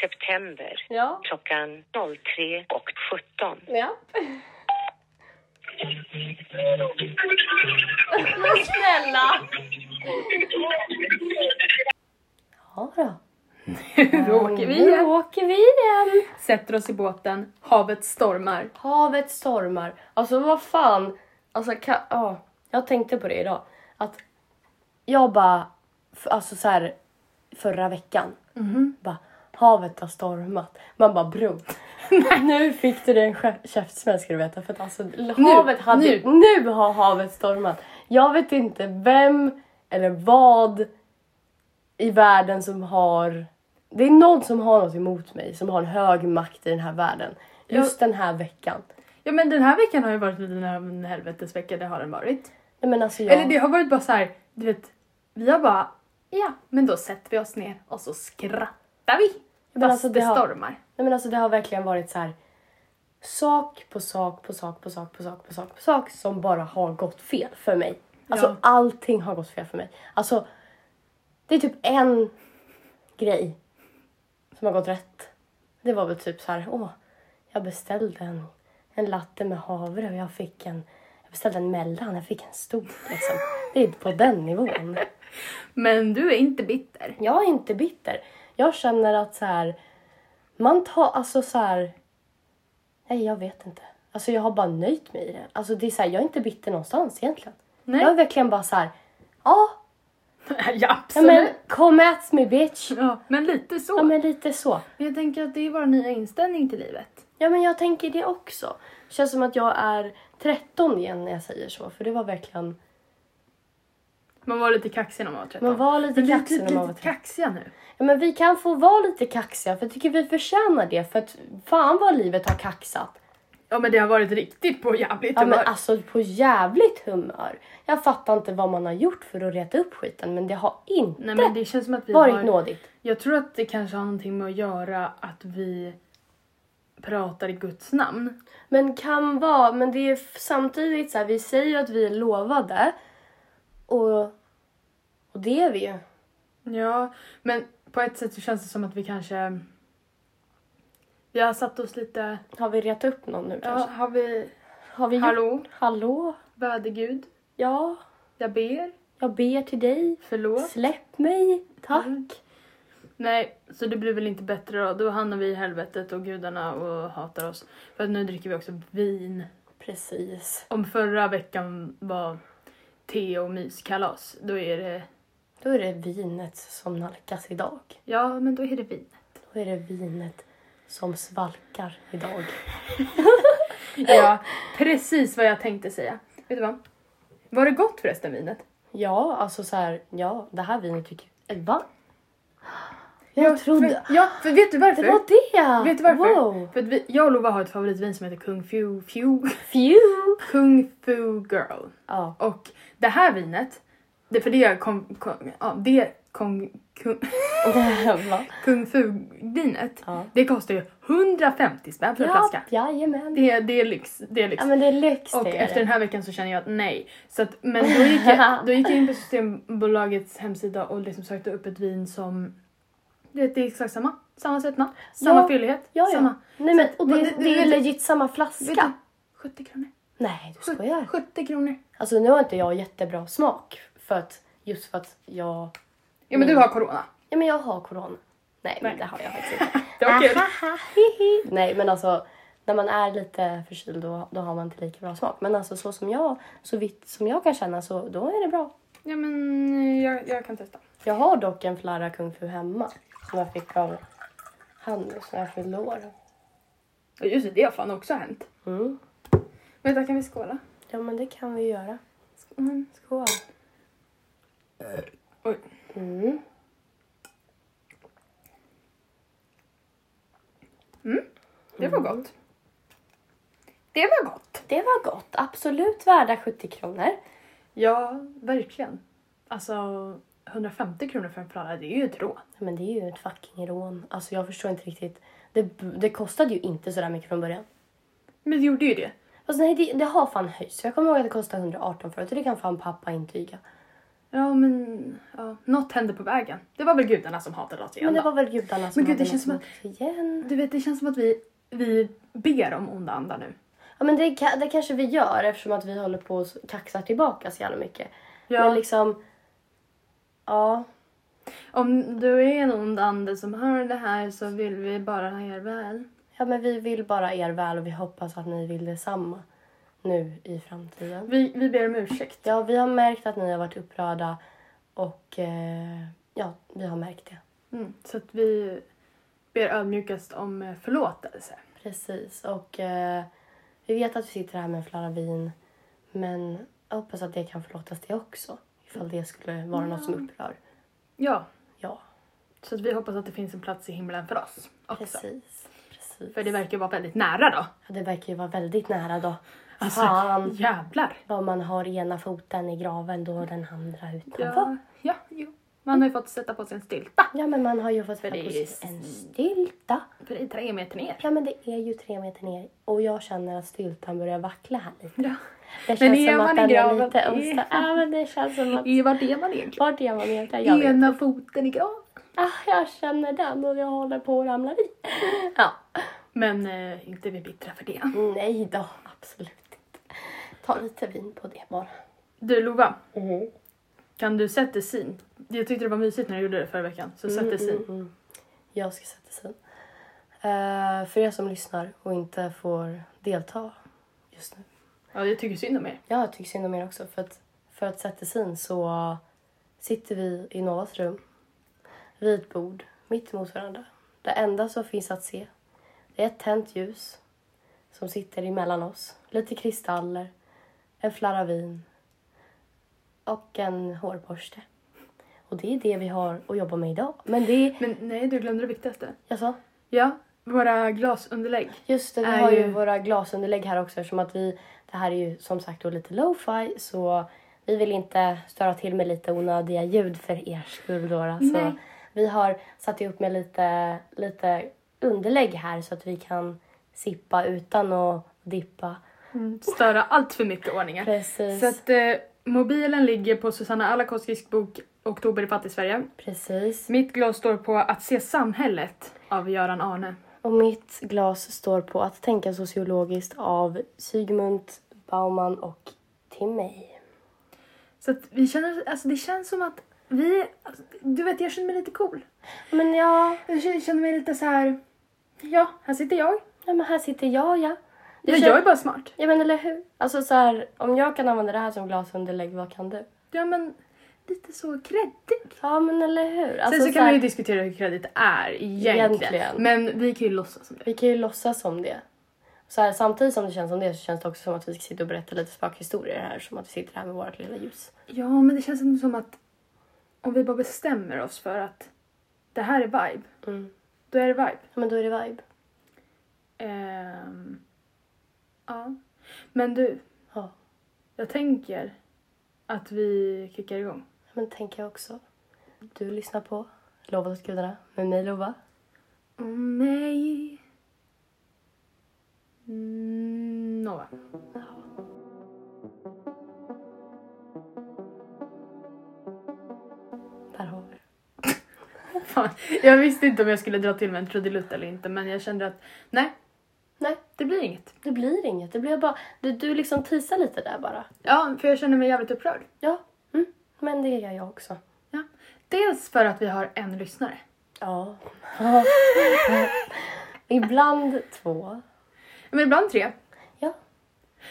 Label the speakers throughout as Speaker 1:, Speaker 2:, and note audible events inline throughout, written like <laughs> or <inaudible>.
Speaker 1: september
Speaker 2: Ja.
Speaker 1: klockan 03 och 17.
Speaker 2: Ja. Men snälla! Ja då.
Speaker 3: Nu åker vi
Speaker 2: Nu
Speaker 3: igen.
Speaker 2: åker vi igen.
Speaker 3: Sätter oss i båten. Havet stormar.
Speaker 2: Havet stormar. Alltså vad fan. Alltså kan, ja, jag tänkte på det idag. Att jag bara, f- alltså så här förra veckan.
Speaker 3: Mhm.
Speaker 2: Bara, havet har stormat. Man bara
Speaker 3: <laughs>
Speaker 2: bro. nu fick du den kä- käftsmäll ska du veta. För att alltså havet hade,
Speaker 3: nu.
Speaker 2: nu. har havet stormat. Jag vet inte vem eller vad i världen som har det är någon som har något emot mig, som har en hög makt i den här världen. Just den här veckan.
Speaker 3: Ja men den här veckan har ju varit lite av en helvetesvecka, det har den varit.
Speaker 2: Nej men alltså jag...
Speaker 3: Eller det har varit bara så här, du vet, vi har bara, ja men då sätter vi oss ner och så skrattar vi.
Speaker 2: Men
Speaker 3: Fast
Speaker 2: alltså,
Speaker 3: det,
Speaker 2: det har-
Speaker 3: stormar.
Speaker 2: Nej men alltså det har verkligen varit så här sak på sak på sak på sak på sak på sak på sak som bara har gått fel för mig. Alltså
Speaker 3: Ja.
Speaker 2: allting har gått fel för mig. Alltså det är typ en grej som har gått rätt. Det var väl typ så här, åh, jag beställde en, en latte med havre och jag fick en, jag beställde en mellan, jag fick en stor liksom. Det är på den nivån.
Speaker 3: Men du är inte bitter.
Speaker 2: Jag är inte bitter. Jag känner att så här, man tar, alltså så här, nej jag vet inte. Alltså jag har bara nöjt mig i det. Alltså det är så här, jag är inte bitter någonstans egentligen.
Speaker 3: Nej.
Speaker 2: Jag är verkligen bara så här, ja,
Speaker 3: ja
Speaker 2: <laughs> ja
Speaker 3: absolut.
Speaker 2: men come at me bitch.
Speaker 3: Ja, men lite så.
Speaker 2: Ja
Speaker 3: men...
Speaker 2: men lite så.
Speaker 3: Jag tänker att det är vår nya inställning till livet.
Speaker 2: Ja men jag tänker det också. Det känns som att jag är 13 igen när jag säger så. För det var verkligen,
Speaker 3: Man var lite kaxig när man var 13.
Speaker 2: man var lite
Speaker 3: Men vi är
Speaker 2: kaxig
Speaker 3: typ
Speaker 2: när man var
Speaker 3: lite
Speaker 2: 13.
Speaker 3: kaxiga nu.
Speaker 2: Ja men vi kan få vara lite kaxiga för jag tycker vi förtjänar det. För att fan vad livet har kaxat.
Speaker 3: Ja men det har varit riktigt på jävligt
Speaker 2: Ja men
Speaker 3: humör.
Speaker 2: alltså på jävligt humör. Jag fattar inte vad man har gjort för att reta upp skiten men det har inte
Speaker 3: Nej men det känns som att vi
Speaker 2: varit
Speaker 3: har...
Speaker 2: nådigt.
Speaker 3: Jag tror att det kanske har någonting med att göra att vi pratar i Guds namn.
Speaker 2: Men kan vara, men det är f- samtidigt så här, vi säger ju att vi är lovade och, och det är vi ju.
Speaker 3: Ja, men på ett sätt så känns det som att vi kanske... Vi har satt oss lite...
Speaker 2: Har vi retat upp någon nu
Speaker 3: Ja,
Speaker 2: kanske?
Speaker 3: har vi...
Speaker 2: Har vi gjort...
Speaker 3: Hallå,
Speaker 2: Hallå?
Speaker 3: vädergud.
Speaker 2: Ja,
Speaker 3: Jag ber.
Speaker 2: jag ber till dig.
Speaker 3: Förlåt.
Speaker 2: Släpp mig, tack.
Speaker 3: Mm. Nej, så det blir väl inte bättre då. Då hamnar vi i helvetet och gudarna och hatar oss. För att nu dricker vi också vin.
Speaker 2: Precis.
Speaker 3: Om förra veckan var te och myskalas, då är det...
Speaker 2: Då är det vinet som nalkas idag.
Speaker 3: Ja, men då är det vin.
Speaker 2: Då är det vinet som svalkar idag.
Speaker 3: Ja, precis vad jag tänkte säga. Vet du vad? Var det gott förresten vinet?
Speaker 2: Ja, alltså så här, ja, det här vinet tycker jag... Eh, Va? Jag trodde...
Speaker 3: För, ja, för vet du varför?
Speaker 2: Det var det!
Speaker 3: Vet du varför?
Speaker 2: Wow!
Speaker 3: För att vi, jag och Lova har ett favoritvin som heter Kung Fu, Fu,
Speaker 2: Phew!
Speaker 3: Kung Fu Girl. <laughs>
Speaker 2: Ja.
Speaker 3: Och det här vinet, det, för det kom, kom, ja, det kom, kung,
Speaker 2: Va?
Speaker 3: kung Fu-vinet,
Speaker 2: Ja.
Speaker 3: det kostar ju 150 spänn för en
Speaker 2: Ja,
Speaker 3: flaska.
Speaker 2: jajamän.
Speaker 3: Det, det är lyx. Det är lyx.
Speaker 2: Ja men det är lyx
Speaker 3: Och
Speaker 2: det är
Speaker 3: efter
Speaker 2: det.
Speaker 3: den här veckan så känner jag att nej. Så att, men då
Speaker 2: <laughs>
Speaker 3: gick, jag, då gick jag in på Systembolagets hemsida och liksom sökte upp ett vin som... Du vet, det är exakt samma. Samma sötma, samma
Speaker 2: Ja,
Speaker 3: fyllighet,
Speaker 2: Ja, ja.
Speaker 3: samma...
Speaker 2: Nej men
Speaker 3: och
Speaker 2: det,
Speaker 3: det-
Speaker 2: det, är
Speaker 3: det-
Speaker 2: legit samma
Speaker 3: Vet du,
Speaker 2: flaska.
Speaker 3: 70 kronor.
Speaker 2: Nej, du
Speaker 3: Sjut-
Speaker 2: skojar.
Speaker 3: 70 kronor.
Speaker 2: Alltså nu har inte jag jättebra smak. För att, just för att jag...
Speaker 3: Ja
Speaker 2: Mm.
Speaker 3: men du har corona.
Speaker 2: Ja men jag har corona. Nej, men
Speaker 3: Nej.
Speaker 2: det har jag faktiskt inte.
Speaker 3: Det var kul.
Speaker 2: Hihi. Nej men alltså när man är lite förkyld då, då har man inte lika bra smak. Men alltså så som jag, så vitt som jag kan känna så då är det bra.
Speaker 3: Ja men eh, jag, jag kan testa.
Speaker 2: Jag har dock en flarra kung fu hemma som jag fick av Handels när jag fyllde år.
Speaker 3: Ja, Just det, det har fan också hänt.
Speaker 2: Mm.
Speaker 3: Vänta kan vi skåla?
Speaker 2: Ja men det kan vi göra.
Speaker 3: Mm.
Speaker 2: Skål.
Speaker 3: Oj.
Speaker 2: Mm.
Speaker 3: Mm. Det var gott. Det var gott.
Speaker 2: Det var gott. Absolut värda 70 kronor.
Speaker 3: Ja, verkligen. Alltså 150 kronor för en flarra, det är ju ett rån.
Speaker 2: Nej, Men det är ju ett fucking rån. Alltså jag förstår inte riktigt. Det, det kostade ju inte sådär mycket från början. Alltså,
Speaker 3: Men det gjorde ju det.
Speaker 2: Fast nej, det, det har fan höjts. Jag kommer ihåg att det kostade 118 förut och det kan fan pappa intyga.
Speaker 3: Ja men, ja. Något hände på vägen. Det var väl gudarna som hatade oss igen
Speaker 2: Men det
Speaker 3: då.
Speaker 2: var väl gudarna som
Speaker 3: Men gud, det
Speaker 2: hade
Speaker 3: känns
Speaker 2: något emot igen.
Speaker 3: Du vet det känns som att vi, vi ber om onda andar nu.
Speaker 2: Ja men det, ka- det kanske vi gör eftersom att vi håller på och kaxar tillbaka så jävla mycket.
Speaker 3: Ja.
Speaker 2: Men liksom, ja.
Speaker 3: Om du är en ond ande som hör det här så vill vi bara ha er väl.
Speaker 2: Ja men vi vill bara er väl och vi hoppas att ni vill detsamma nu i framtiden.
Speaker 3: Vi, vi ber om ursäkt.
Speaker 2: Ja, vi har märkt att ni har varit upprörda och eh, ja, vi har märkt det.
Speaker 3: Mm. Så att vi ber ödmjukast om eh, förlåtelse.
Speaker 2: Precis och eh, vi vet att vi sitter här med en flarra vin men jag hoppas att det kan förlåtas det också ifall det skulle vara något som upprör.
Speaker 3: Ja,
Speaker 2: Ja,
Speaker 3: så att vi hoppas att det finns en plats i himlen för oss också.
Speaker 2: precis. precis.
Speaker 3: För det verkar vara väldigt nära då.
Speaker 2: Ja, det verkar ju vara väldigt nära då.
Speaker 3: Alltså,
Speaker 2: Fan
Speaker 3: jävlar.
Speaker 2: vad man har ena foten i graven då den andra utanför.
Speaker 3: Ja, ja, jo. Man har ju fått sätta på sig en stilta.
Speaker 2: Ja men man har ju fått sätta
Speaker 3: det
Speaker 2: på
Speaker 3: är ju
Speaker 2: sig en stilta.
Speaker 3: För det är tre meter ner.
Speaker 2: Ja men det är ju tre meter ner och jag känner att styltan börjar vackla här lite.
Speaker 3: Ja.
Speaker 2: Det
Speaker 3: Men
Speaker 2: känns
Speaker 3: är
Speaker 2: som
Speaker 3: man
Speaker 2: att
Speaker 3: i
Speaker 2: den är
Speaker 3: graven?
Speaker 2: lite
Speaker 3: Är-
Speaker 2: ömsta. Ja, men det känns som att...
Speaker 3: I vart är man egentligen?
Speaker 2: Vart är man egentligen? Jag vet.
Speaker 3: Ena foten i graven.
Speaker 2: Ah, jag känner den och jag håller på att ramla i. Ja.
Speaker 3: Men eh, inte vi bittra för det.
Speaker 2: Nej då, absolut inte. Ta lite vin på det bara.
Speaker 3: Du Lova, kan du sätta sin? Jag tyckte det var mysigt när du gjorde det förra veckan. Så sätt sätta sin.
Speaker 2: Jag ska sätta sig. Eh, för er som lyssnar och inte får delta just nu.
Speaker 3: Ja, jag tycker synd om er.
Speaker 2: Ja, jag tycker synd om er också. För att, för att sätta sin så sitter vi i Novas rum vid ett bord mitt emot varandra. Det enda som finns att se det är ett tänt ljus som sitter emellan oss. Lite kristaller, en flarra vin och en hårborste. Och det är det vi har att jobba med idag. Men det är...
Speaker 3: Men nej, du glömde det viktigaste.
Speaker 2: Alltså,
Speaker 3: Ja, våra glasunderlägg.
Speaker 2: Just det, vi
Speaker 3: är
Speaker 2: har ju...
Speaker 3: ju-
Speaker 2: våra glasunderlägg här också eftersom att vi, det här är ju som sagt då lite lo-fi så vi vill inte störa till med lite onödiga ljud för er skull då. då. Så
Speaker 3: Nej.
Speaker 2: vi har satt ihop med lite, lite underlägg här så att vi kan sippa utan att dippa.
Speaker 3: Störa allt för mycket ordningar.
Speaker 2: Precis,
Speaker 3: Så att eh, mobilen ligger på Susanna Alakoskis bok Oktober i fattig-Sverige.
Speaker 2: precis.
Speaker 3: Mitt glas står på Att se samhället av Göran Arne.
Speaker 2: Och mitt glas står på Att tänka sociologiskt av Sigmund Bauman och Timmy.
Speaker 3: Så att vi känner, alltså det känns som att vi, alltså, du vet jag känner mig lite cool.
Speaker 2: Men ja,
Speaker 3: Jag känner- känner mig lite så här. ja här sitter jag.
Speaker 2: ja men här sitter jag ja. Det
Speaker 3: Jag,
Speaker 2: känns-
Speaker 3: jag är bara smart.
Speaker 2: Ja men eller hur? Alltså så här, om jag kan använda det här som glasunderlägg, vad kan du?
Speaker 3: Ja men lite så kreddig.
Speaker 2: Ja men eller hur? Alltså,
Speaker 3: Sen så kan
Speaker 2: här,
Speaker 3: man ju diskutera hur kredit är egentligen.
Speaker 2: Egentligen.
Speaker 3: Men vi kan ju låtsas som det.
Speaker 2: vi kan ju låtsas som det. Så här, samtidigt som det känns som det så känns det också som att vi ska sitta och berätta lite spökhistorier här. Som att vi sitter här med vårt lilla ljus.
Speaker 3: Ja men det känns ändå som att om vi bara bestämmer oss för att det här är vibe,
Speaker 2: Mm.
Speaker 3: då är det vibe.
Speaker 2: Ja men då är det vibe.
Speaker 3: Ehm, ja. Men du,
Speaker 2: Ja.
Speaker 3: jag tänker att vi kickar igång.
Speaker 2: Men tänker jag också. Du lyssnar på Lovat åt gudarna med mig Lova.
Speaker 3: Åh nej. Mm, Nova.
Speaker 2: Där har vi det.
Speaker 3: Fan, jag visste inte om jag skulle dra till med en trudelutt eller inte men jag kände att nej,
Speaker 2: Nej,
Speaker 3: det blir inget.
Speaker 2: det blir inget. Det blir bara... Du, du liksom teasar lite där bara.
Speaker 3: Ja, för jag känner mig jävligt upprörd.
Speaker 2: Ja. Mm. Men det gör jag också.
Speaker 3: Ja. Dels för att vi har en lyssnare.
Speaker 2: Ja. <laughs> Ibland två.
Speaker 3: Men ibland tre.
Speaker 2: Ja.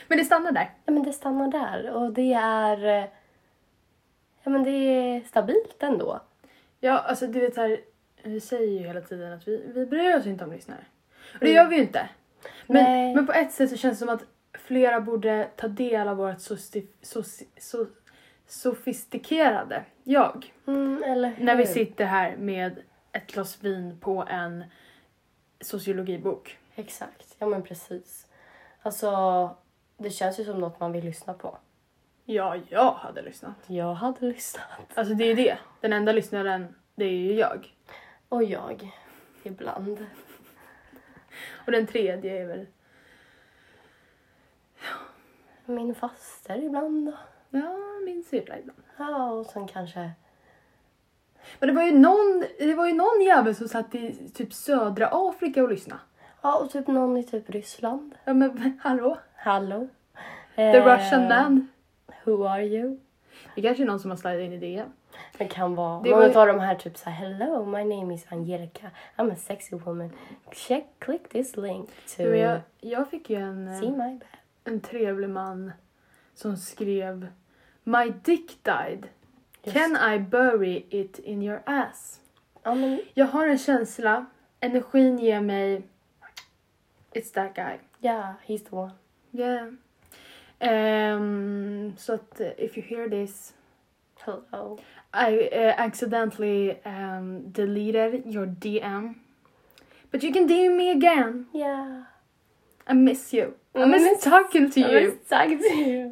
Speaker 3: Men det stannar där.
Speaker 2: ja, men det stannar där. Och det är... eh, Ja, men det är stabilt ändå.
Speaker 3: Ja, alltså du vet så här, vi säger ju hela tiden att vi, vi bryr oss inte om lyssnare. Och det gör vi ju inte.
Speaker 2: Nej.
Speaker 3: Men, men på ett sätt så känns det som att flera borde ta del av vårt sosti, soci- so, sofistikerade jag.
Speaker 2: Mm, eller hur?
Speaker 3: När vi sitter här med ett glas vin på en sociologibok.
Speaker 2: Exakt. Ja, men precis. Alltså, det känns ju som något man vill lyssna på.
Speaker 3: Ja, jag hade lyssnat.
Speaker 2: Jag hade lyssnat.
Speaker 3: Alltså det är ju det. Den enda lyssnaren, det är ju jag.
Speaker 2: Och jag. Ibland.
Speaker 3: Och den tredje är väl...
Speaker 2: Min faster ibland.
Speaker 3: Ja, min syrra ibland.
Speaker 2: Ja, och sen kanske...
Speaker 3: Men det var ju någon, det var ju någon jävel som satt i typ södra Afrika och lyssnade.
Speaker 2: Ja, och typ någon i typ Ryssland.
Speaker 3: Ja men <laughs> hallå?
Speaker 2: Hallå? Eh,
Speaker 3: The Russian man.
Speaker 2: Who are you?
Speaker 3: Eh, Det kanske är någon som har slidat in i det.
Speaker 2: Det kan vara
Speaker 3: Det
Speaker 2: det
Speaker 3: var
Speaker 2: någon
Speaker 3: ju-
Speaker 2: av de här typ så här Hello, my name is Angelica. I'm a sexy woman. Check, click this link to
Speaker 3: Men jag, jag fick ju en, eh,
Speaker 2: see my bad.
Speaker 3: en trevlig man som skrev My dick died.
Speaker 2: Just.
Speaker 3: Can I bury it in your ass?
Speaker 2: Ja, men
Speaker 3: Jag har en känsla, energin ger mig It's that guy.
Speaker 2: yeah, he's the one.
Speaker 3: Yeah. Ehm, så att eh, if you hear this
Speaker 2: Hello.
Speaker 3: I uh, accidentally um, deleted your DM. But you can DM me again.
Speaker 2: Yeah.
Speaker 3: I miss you. I
Speaker 2: Mm,
Speaker 3: miss
Speaker 2: miss-
Speaker 3: talking to
Speaker 2: Jag har
Speaker 3: you.
Speaker 2: sagt det ju.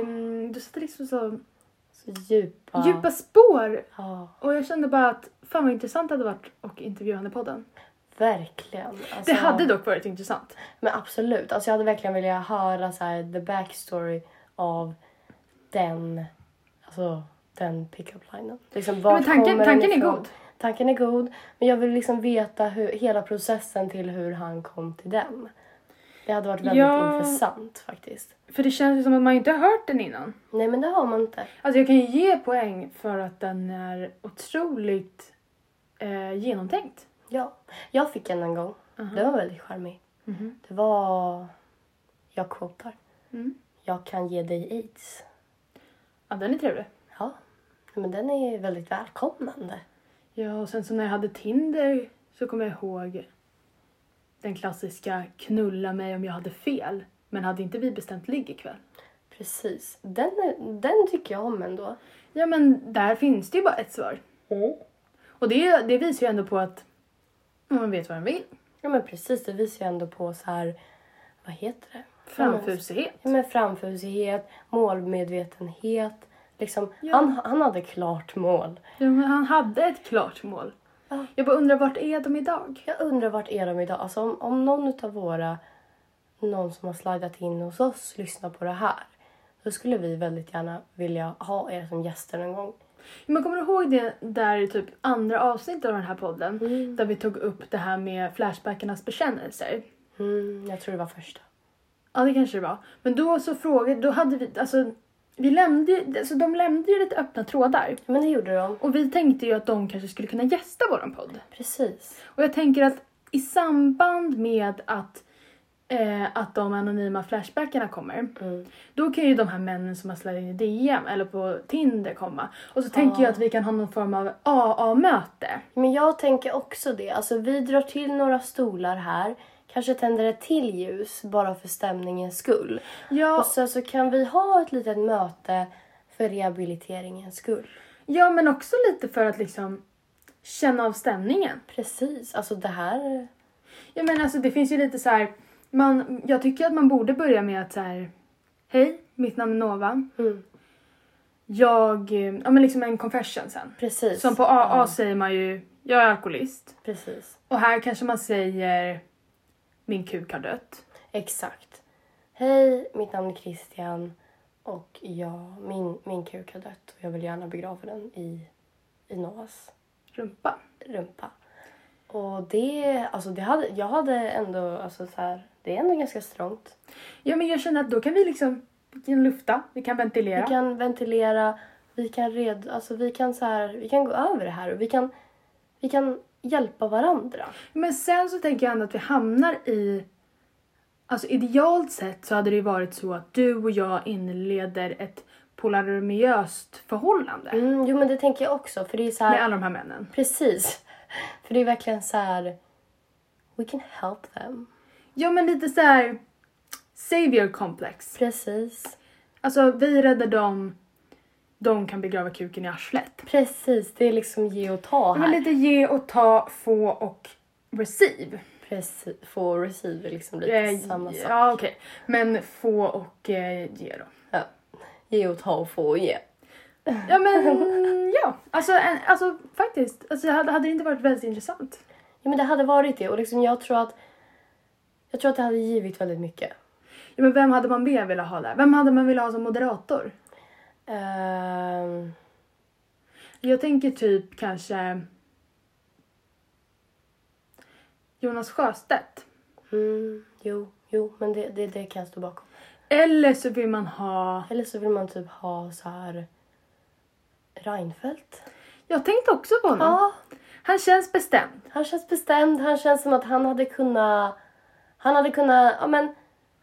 Speaker 3: Um, du satte liksom så
Speaker 2: <laughs> Så djupa.
Speaker 3: djupa spår.
Speaker 2: Ja,
Speaker 3: Och jag kände bara att fan vad intressant det hade varit att intervjua henne i podden.
Speaker 2: verkligen. Alltså,
Speaker 3: Det hade dock varit intressant.
Speaker 2: Men absolut. Alltså, jag hade verkligen velat höra så här, the backstory av den, alltså, den pickup linen. Liksom, var
Speaker 3: men tanken-
Speaker 2: kommer den
Speaker 3: tanken är
Speaker 2: ifrån?
Speaker 3: god.
Speaker 2: Tanken är god. Men jag vill liksom veta hur, hela processen till hur han kom till den. Det hade varit väldigt
Speaker 3: Ja.
Speaker 2: intressant faktiskt.
Speaker 3: För det känns ju som att man inte har hört den innan.
Speaker 2: Nej men det har man inte.
Speaker 3: Alltså jag kan ju ge poäng för att den är otroligt eh, genomtänkt.
Speaker 2: Ja. Jag fick en en gång.
Speaker 3: Mhm.
Speaker 2: Den var väldigt charmig.
Speaker 3: Mhm.
Speaker 2: Det var... Jag quotar.
Speaker 3: Mm.
Speaker 2: Jag kan ge dig aids.
Speaker 3: Ja, den är trevlig.
Speaker 2: Ja. Men den är väldigt välkomnande.
Speaker 3: Ja, och sen så när jag hade Tinder så kommer jag ihåg den klassiska knulla mig om jag hade fel. Men hade inte vi bestämt ligg ikväll?
Speaker 2: Precis. Den, är, den tycker jag om ändå.
Speaker 3: Ja, men där finns det ju bara ett svar.
Speaker 2: Mm.
Speaker 3: Och det, det visar ju ändå på att man vet vad man vill.
Speaker 2: Ja men precis, det visar ju ändå på så här... Vad heter det?
Speaker 3: Framfusighet.
Speaker 2: Ja, men framfusighet, målmedvetenhet. Liksom,
Speaker 3: Ja.
Speaker 2: han, han hade klart mål.
Speaker 3: Ja, men han hade ett klart mål.
Speaker 2: Ja.
Speaker 3: Jag bara undrar, vart är de idag?
Speaker 2: Jag undrar vart är de idag? Alltså om, om någon av våra, någon som har slidat in hos oss lyssnar på det här. Då skulle vi väldigt gärna vilja ha er som gäster en gång.
Speaker 3: Men kommer du ihåg det där i typ andra avsnittet av den här podden? Där vi tog upp det här med Flashbackarnas bekännelser.
Speaker 2: Mm, jag tror det var första.
Speaker 3: Ja, det kanske det var. Men då så frågade, då hade vi, alltså, vi lämnade ju, alltså de lämnade ju lite öppna trådar.
Speaker 2: Men det gjorde de.
Speaker 3: Och vi tänkte ju att de kanske skulle kunna gästa våran podd.
Speaker 2: Precis.
Speaker 3: Och jag tänker att i samband med att, eh, att de anonyma flashbackarna kommer,
Speaker 2: Mm.
Speaker 3: då kan ju de här männen som har slagit in i DM eller på Tinder komma. Och så tänker jag att vi kan ha någon form av AA-möte.
Speaker 2: Men jag tänker också det. Alltså vi drar till några stolar här. Kanske tänder ett till ljus bara för stämningens skull.
Speaker 3: Ja,
Speaker 2: Och sen så kan vi ha ett litet möte för rehabiliteringens skull.
Speaker 3: ja, men också lite för att liksom känna av stämningen.
Speaker 2: Precis. Alltså det här...
Speaker 3: Ja men alltså det finns ju lite så här, man, jag tycker att man borde börja med att så här, hej, mitt namn är Nova.
Speaker 2: Mm.
Speaker 3: Jag, eh, ja men liksom en confession sen.
Speaker 2: Precis.
Speaker 3: Som på AA säger man ju, jag är alkoholist.
Speaker 2: Precis.
Speaker 3: Och här kanske man säger, min kuk har dött.
Speaker 2: Exakt. Hej, mitt namn är Christian och jag, min, min kuk har dött och jag vill gärna begrava den i, i Noahs
Speaker 3: Rumpa.
Speaker 2: rumpa. Och det, alltså det hade, jag hade ändå, alltså så här, det är ändå ganska strångt.
Speaker 3: Ja men jag känner att då kan vi liksom, vi kan lufta, vi kan ventilera.
Speaker 2: Vi kan ventilera, vi kan red, alltså vi kan så här, vi kan gå över det här och vi kan, vi kan hjälpa varandra.
Speaker 3: Men sen så tänker jag ändå att vi hamnar i... Alltså idealt sett så hade det ju varit så att du och jag inleder ett polarmiöst förhållande
Speaker 2: Mm, jo men det tänker jag också för det är så här,
Speaker 3: med alla de här männen.
Speaker 2: precis. <laughs> För det är verkligen så här, we can help them.
Speaker 3: Ja men lite så här savior complex.
Speaker 2: Precis.
Speaker 3: Alltså vi räddar dem, de kan begrava kuken i arslet.
Speaker 2: Precis, det är liksom ge och ta
Speaker 3: Ja, Men
Speaker 2: här.
Speaker 3: lite ge och ta, få och receive.
Speaker 2: Precis, få och receive är liksom lite
Speaker 3: Eh,
Speaker 2: samma sak.
Speaker 3: ja okej. Men få och eh, ge då.
Speaker 2: Ja. Ge och ta och få och ge.
Speaker 3: Ja men ja, alltså, en, alltså faktiskt. Alltså, hade, hade det inte varit väldigt intressant?
Speaker 2: Ja, men det hade varit det och liksom jag tror att jag tror att det hade givit väldigt mycket.
Speaker 3: Ja, men vem hade man mer velat ha där? Vem hade man velat ha som moderator?
Speaker 2: Ehm,
Speaker 3: Jag tänker typ kanske Jonas Sjöstedt.
Speaker 2: mm, jo, jo, men det, det, det kan jag stå bakom.
Speaker 3: Eller så vill man ha...
Speaker 2: Eller så vill man typ ha så här Reinfeldt.
Speaker 3: Jag tänkte också på honom.
Speaker 2: Ja,
Speaker 3: Han känns bestämd.
Speaker 2: han känns bestämd. Han känns som att han hade kunnat... Han hade kunnat, ja men,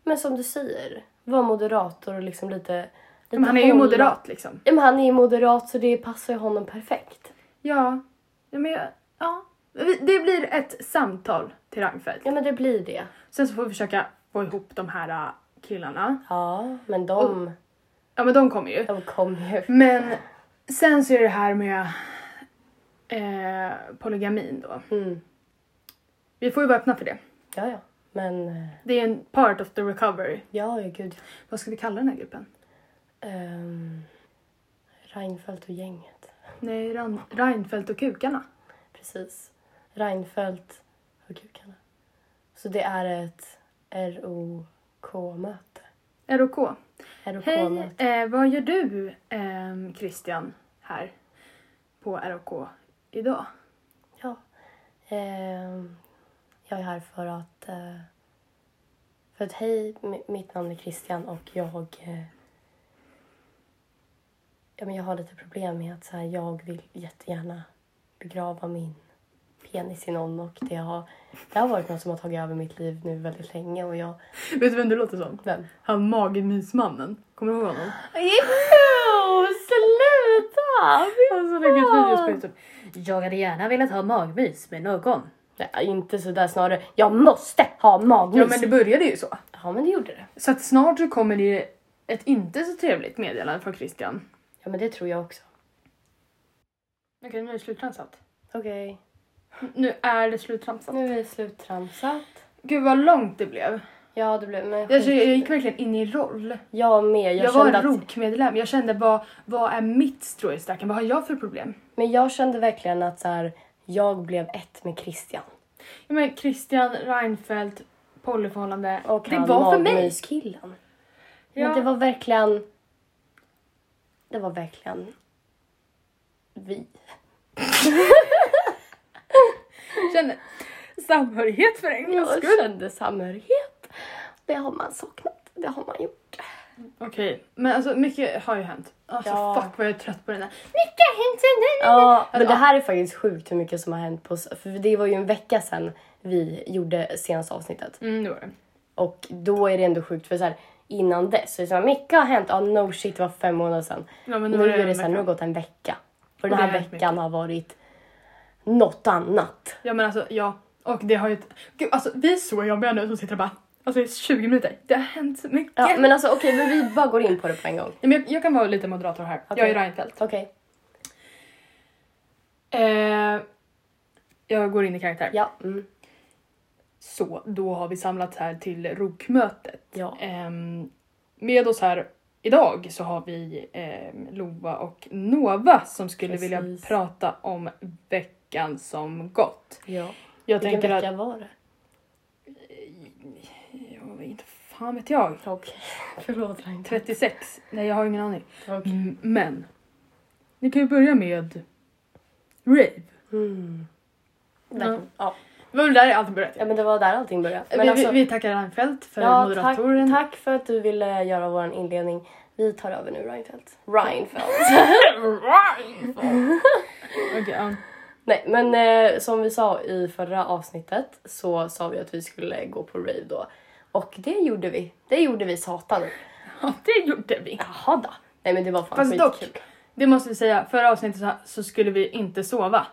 Speaker 2: men som du säger, vara moderator och liksom lite... lite
Speaker 3: Men han är ju
Speaker 2: hålla-
Speaker 3: moderat liksom.
Speaker 2: Ja, men han är ju moderat så det passar ju honom perfekt.
Speaker 3: Ja. ja men jag, ja. Vi- Det blir ett samtal till Reinfeldt.
Speaker 2: Ja men det blir det.
Speaker 3: Sen så får vi försöka få ihop de här äh, killarna.
Speaker 2: Ja, men de,
Speaker 3: Ja men de kommer ju.
Speaker 2: de kom ju.
Speaker 3: Men sen så är det här med eh, polygamin då.
Speaker 2: Mm.
Speaker 3: Vi får ju vara öppna för det.
Speaker 2: Ja, ja. Men, eh,
Speaker 3: Det är en part of the recovery.
Speaker 2: ja, ja gud.
Speaker 3: Vad ska vi kalla den här gruppen?
Speaker 2: Um, Reinfeldt och gänget.
Speaker 3: Nej, Ran- Reinfeldt och kukarna.
Speaker 2: Precis. Reinfeldt och kukarna. Så det är ett ROK-möte.
Speaker 3: ROK. Hej,
Speaker 2: ROK-möte.
Speaker 3: eh, vad gör du ehm, Christian här på ROK idag?
Speaker 2: Ja. Ehm, jag är här för att... eh, för att hej, mi- mitt namn är Christian och jag... eh, ja, men jag har lite problem med att så här, jag vill jättegärna begrava min penis i någon och det har, det har varit något som har tagit över mitt liv nu väldigt länge och jag...
Speaker 3: Vet du vem du låter som?
Speaker 2: Vem?
Speaker 3: Han magemysmannen. Kommer du ihåg honom?
Speaker 2: Jo, sluta!
Speaker 3: Han
Speaker 2: Alltså,
Speaker 3: som lägger ut videos
Speaker 2: typ.
Speaker 3: på Youtube.
Speaker 4: Jag hade gärna velat ha magmys med någon.
Speaker 2: Nej, inte sådär snarare. Jag måste ha magmys!
Speaker 3: Ja men det började ju så.
Speaker 2: ja, men det gjorde det.
Speaker 3: Så att snart så kommer det ett inte så trevligt meddelande från Christian.
Speaker 2: Ja, men det tror jag också.
Speaker 3: Okej, nu är det sluttramsat.
Speaker 2: Okej,
Speaker 3: Nu är det sluttramsat.
Speaker 2: nu är det sluttramsat.
Speaker 3: Gud vad långt det blev.
Speaker 2: Ja, det blev... Men
Speaker 3: Jag, jag gick verkligen in i roll.
Speaker 2: jag med.
Speaker 3: Jag,
Speaker 2: Jag,
Speaker 3: var
Speaker 2: kände
Speaker 3: en
Speaker 2: att,
Speaker 3: rokmedlem. Jag kände vad, vad är mitt strå i stacken? Vad har jag för problem?
Speaker 2: men jag kände verkligen att så här, jag blev ett med Christian.
Speaker 3: Ja, men Christian Reinfeldt, polyförhållande.
Speaker 2: Och
Speaker 3: det
Speaker 2: han
Speaker 3: var för mig.
Speaker 2: magmyskillen.
Speaker 3: Ja.
Speaker 2: Men det var verkligen... Det var verkligen vi.
Speaker 3: Jag kände samhörighet för en gångs
Speaker 2: Jag
Speaker 3: skull.
Speaker 2: kände samhörighet. Det har man saknat. Det har man gjort.
Speaker 3: Okej, men alltså mycket har ju hänt. Alltså
Speaker 2: Ja.
Speaker 3: fuck vad jag är trött på den här.
Speaker 2: Ja, men det här är faktiskt sjukt hur mycket som har hänt på... För det var ju en vecka sedan vi gjorde senaste avsnittet.
Speaker 3: Mm, det var det.
Speaker 2: Och då är det ändå sjukt för så här, innan dess så är det så här, mycket har hänt. Ja, no shit, det var fem månader sedan.
Speaker 3: Ja, men
Speaker 2: nu,
Speaker 3: nu är det
Speaker 2: är
Speaker 3: en
Speaker 2: det så här, nu har det
Speaker 3: vecka.
Speaker 2: gått en vecka. Och
Speaker 3: det
Speaker 2: den
Speaker 3: har
Speaker 2: här
Speaker 3: hänt
Speaker 2: veckan har varit något annat.
Speaker 3: Ja men alltså ja. Och det har ju... Gud alltså vi är så jobbiga nu som sitter och bara... Alltså det är 20 minuter. Det har hänt så mycket.
Speaker 2: Ja,
Speaker 3: men...
Speaker 2: men alltså okej, men vi bara går in på det på en gång.
Speaker 3: Nej, men jag, jag kan vara lite moderator här. Jag
Speaker 2: Okej.
Speaker 3: är Reinfeldt.
Speaker 2: Okej,
Speaker 3: Eh, jag går in i karaktär.
Speaker 2: ja. Mm,
Speaker 3: Så då har vi samlats här till rokmötet.
Speaker 2: ja.
Speaker 3: Ehm, med oss här idag så har vi ehm, Lova och Nova som skulle
Speaker 2: Precis.
Speaker 3: vilja prata om veckan som gått.
Speaker 2: ja.
Speaker 3: Jag
Speaker 2: Vilken
Speaker 3: tänker att...
Speaker 2: vecka var det?
Speaker 3: Ja, inte fan vet jag.
Speaker 2: Okej, <laughs> förlåt Reinfeldt.
Speaker 3: 36? Nej jag har ingen aning.
Speaker 2: Okej.
Speaker 3: Mm, men. Ni kan ju börja med rave.
Speaker 2: Mm.
Speaker 3: Ja.
Speaker 2: Verkligen. Ja.
Speaker 3: Det var väl där allting började.
Speaker 2: ja, men det var där allting började. Men
Speaker 3: vi,
Speaker 2: alltså-
Speaker 3: vi, vi tackar Reinfeldt för
Speaker 2: tack,
Speaker 3: moderatoren.
Speaker 2: tack för att du ville göra vår inledning. Vi tar över nu Reinfeldt. <laughs> Reinfeldt.
Speaker 3: Okej, ja.
Speaker 2: Nej, men eh, som vi sa i förra avsnittet så sa vi att vi skulle gå på rave då. Och det gjorde vi. Det gjorde vi satan.
Speaker 3: ja, det gjorde vi.
Speaker 2: Jaha då. Nej men det var fan
Speaker 3: Fast dock.
Speaker 2: skitkul.
Speaker 3: Det måste vi säga, förra avsnittet så, så skulle vi inte sova.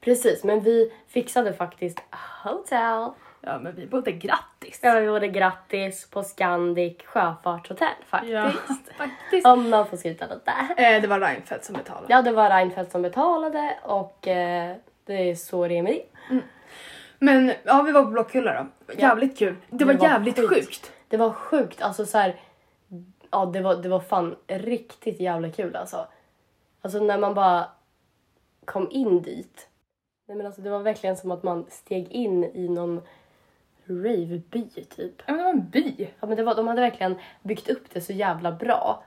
Speaker 2: Precis, men vi fixade faktiskt hotell.
Speaker 3: Ja men vi bodde grattis.
Speaker 2: Ja, vi gjorde grattis på Scandic Sjöfartshotell faktiskt.
Speaker 3: Ja,
Speaker 2: <laughs>
Speaker 3: faktiskt.
Speaker 2: Om man får skryta lite.
Speaker 3: Eh, det var Reinfeldt som betalade.
Speaker 2: Ja, det var Reinfeldt som betalade och eh, det är så det är med det.
Speaker 3: Men ja, vi var på Blockkulla då. Jävligt kul. Det var,
Speaker 2: var
Speaker 3: jävligt
Speaker 2: skit.
Speaker 3: sjukt.
Speaker 2: Det var sjukt. Alltså så här, ja, det, var, det var fan riktigt jävla kul alltså. Alltså när man bara kom in dit. Nej, men alltså, det var verkligen som att man steg in i någon raveby typ.
Speaker 3: Ja men det var en by.
Speaker 2: Ja, men det var, de hade verkligen byggt upp det så jävla bra.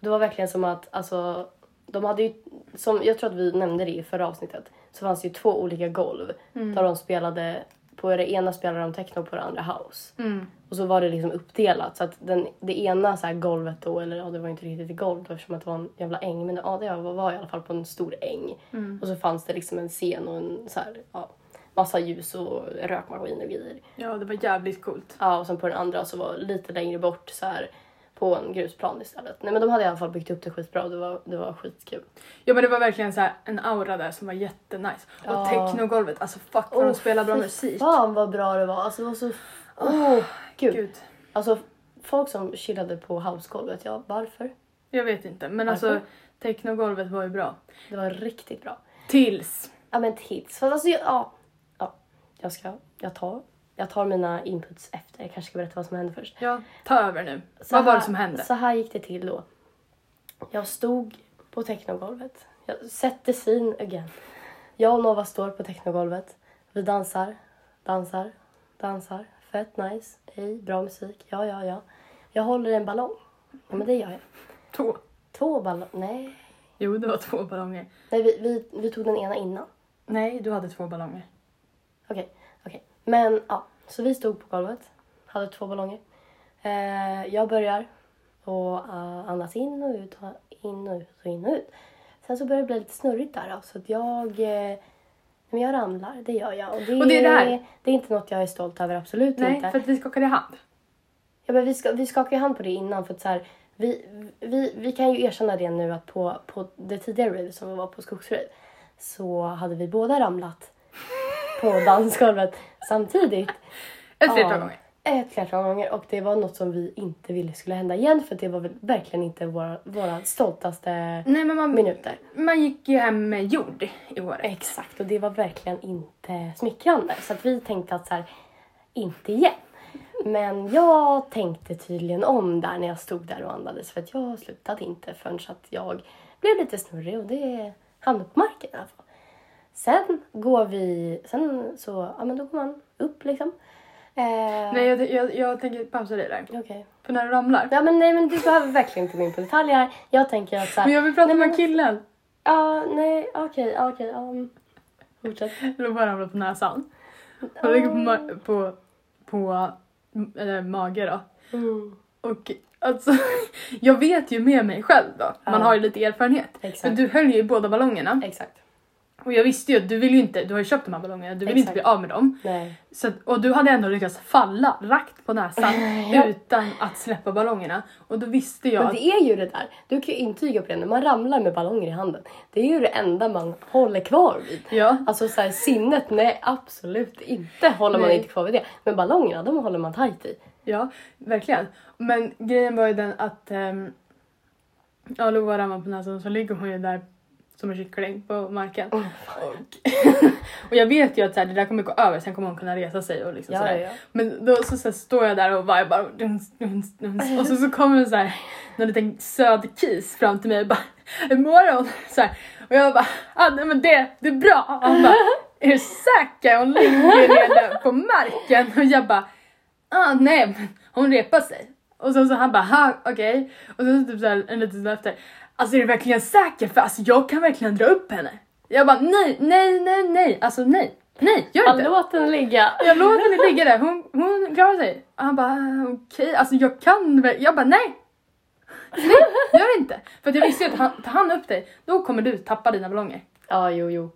Speaker 2: Det var verkligen som att, alltså, de hade ju, som jag tror att vi nämnde det i förra avsnittet, så fanns det ju två olika golv där de spelade, på det ena spelade de techno på det andra house. Och så var det liksom uppdelat så att den, det ena så här golvet då, eller ja det var inte riktigt ett golv då, eftersom att det var en jävla äng, men ja det var, var i alla fall på en stor äng. Och så fanns det liksom en scen och en så här, ja, massa ljus och rökmaskiner och grejer.
Speaker 3: Ja, det var jävligt coolt.
Speaker 2: Ja, och sen på den andra så var det lite längre bort så här på en grusplan istället. Nej men de hade i alla fall byggt upp det skitbra och det var, det var skitkul.
Speaker 3: Ja men det var verkligen så här en aura där som var jättenice. Och
Speaker 2: Ja.
Speaker 3: technogolvet, alltså fuck vad de spelar bra
Speaker 2: fy
Speaker 3: musik.
Speaker 2: fan vad bra det var. Alltså det var så... Åh, gud.
Speaker 3: Gud.
Speaker 2: Alltså folk som chillade på housegolvet, ja varför?
Speaker 3: Jag vet inte men alltså
Speaker 2: Varför?
Speaker 3: technogolvet var ju bra.
Speaker 2: Det var riktigt bra.
Speaker 3: Tills.
Speaker 2: Ja men tids. Fast alltså jag- ja. Ja. Jag ska, jag tar, jag tar mina inputs efter. Jag kanske ska berätta vad som hände först.
Speaker 3: Ja, ta över nu.
Speaker 2: Så
Speaker 3: vad var
Speaker 2: här-
Speaker 3: det som hände?
Speaker 2: Så här gick det till då. Jag stod på technogolvet. Jag sätter scene again. Jag och Nova står på technogolvet. Vi dansar, dansar, dansar. Fett nice. Hej, bra musik. Ja, ja, ja. Jag håller en ballong. Ja, men det gör jag.
Speaker 3: Två.
Speaker 2: Två ballonger. Nej.
Speaker 3: Jo, det var två ballonger.
Speaker 2: Nej, vi, vi, vi tog den ena innan.
Speaker 3: Nej, du hade två ballonger.
Speaker 2: Okej, okej. Men ja, så vi stod på golvet. Hade två ballonger. Eh, jag börjar och eh, andas in och ut, och in och ut och in och ut. Sen så börjar det bli lite snurrigt där då, så att jag... Eh, men jag ramlar, det gör jag. Och det,
Speaker 3: Och det är det här.
Speaker 2: det är inte något jag är stolt över, absolut
Speaker 3: Nej,
Speaker 2: inte.
Speaker 3: för att vi skakade hand.
Speaker 2: Ja, men vi, ska, vi skakade ju hand på det innan för att så här, vi, vi, vi kan ju erkänna det nu att på, på det tidigare ravet som vi var på Skogsröj så hade vi båda ramlat
Speaker 3: <laughs>
Speaker 2: på dansgolvet samtidigt.
Speaker 3: Ett flertal
Speaker 2: Ja,
Speaker 3: gånger.
Speaker 2: Ett flertal gånger och det var något som vi inte ville skulle hända igen för det var väl verkligen inte våra, våra stoltaste
Speaker 3: Nej, men man,
Speaker 2: minuter.
Speaker 3: man gick ju hem med jord i håret.
Speaker 2: Exakt och det var verkligen inte smickrande så att vi tänkte att så här, inte igen. Men jag tänkte tydligen om där när jag stod där och andades för att jag slutade inte förrän så att jag blev lite snurrig och det hamnade på marken i alla fall. Sen går vi, sen så, ja men då går man upp liksom. Eh,
Speaker 3: Nej, jag, jag, jag tänker pausa dig där.
Speaker 2: Okej.
Speaker 3: För när du ramlar.
Speaker 2: Ja, men nej, men du behöver verkligen inte gå in på detaljer här. Jag tänker att så här,
Speaker 3: Men jag vill prata
Speaker 2: nej, men-
Speaker 3: med killen.
Speaker 2: Ja, nej, okej, ja, okej. Um, fortsätt.
Speaker 3: Eller bara ramlat på näsan. Han ligger på, ma- på, på äh, mage då.
Speaker 2: Mm.
Speaker 3: Och alltså, <laughs> jag vet ju med mig själv då. Man
Speaker 2: Ja.
Speaker 3: har ju lite erfarenhet.
Speaker 2: Exakt.
Speaker 3: Men du höll ju i båda ballongerna.
Speaker 2: Exakt.
Speaker 3: Och jag visste ju att du vill ju inte, du har ju köpt de här ballongerna, du vill inte
Speaker 2: Exakt.
Speaker 3: bli av med dem.
Speaker 2: Nej.
Speaker 3: Så att, och du hade ändå lyckats falla rakt på näsan
Speaker 2: <laughs> Ja.
Speaker 3: utan att släppa ballongerna. Och då visste jag
Speaker 2: Men
Speaker 3: att
Speaker 2: det är ju det där. Du kan ju intyga på det när man ramlar med ballonger i handen. Det är ju det enda man håller kvar vid.
Speaker 3: Ja.
Speaker 2: Alltså så här, sinnet, nej absolut inte håller man
Speaker 3: Nej.
Speaker 2: inte kvar vid det. Men ballongerna, de håller man tajt i.
Speaker 3: Ja, verkligen. Men grejen var ju den att ehm, ja, Lova ramlar på näsan och så ligger hon ju där som en kyckling på marken.
Speaker 2: Oh,
Speaker 3: och, <laughs> och jag vet ju att så här, det där kommer gå över, sen kommer hon kunna resa sig och liksom
Speaker 2: Ja,
Speaker 3: sådär.
Speaker 2: ja, ja.
Speaker 3: Men då så, så här, står jag där och vibar och, duns, duns, duns. och så, så kommer så här, någon liten söt kis fram till mig och bara imorgon. Så här, och jag bara, ah, nej, men det, det är bra. Och han bara, är du säker? Hon ligger ju ner där på marken och jag bara ah nej men hon repar sig. Och sen så han bara ha okej. Och sen så typ såhär en liten stund efter. Alltså är du verkligen säker? För alltså jag kan verkligen dra upp henne. Jag bara nej, nej, nej, nej, alltså nej, nej, gör
Speaker 2: Man
Speaker 3: inte.
Speaker 2: låter den ligga.
Speaker 3: Jag låter henne ligga där, hon, hon klarar sig. Och han bara ah, okej, alltså jag kan väl. Jag bara nej. Nej, gör inte. För att jag visste ju att han, tar han upp dig, då kommer du tappa dina ballonger.
Speaker 2: Ja, jo, jo.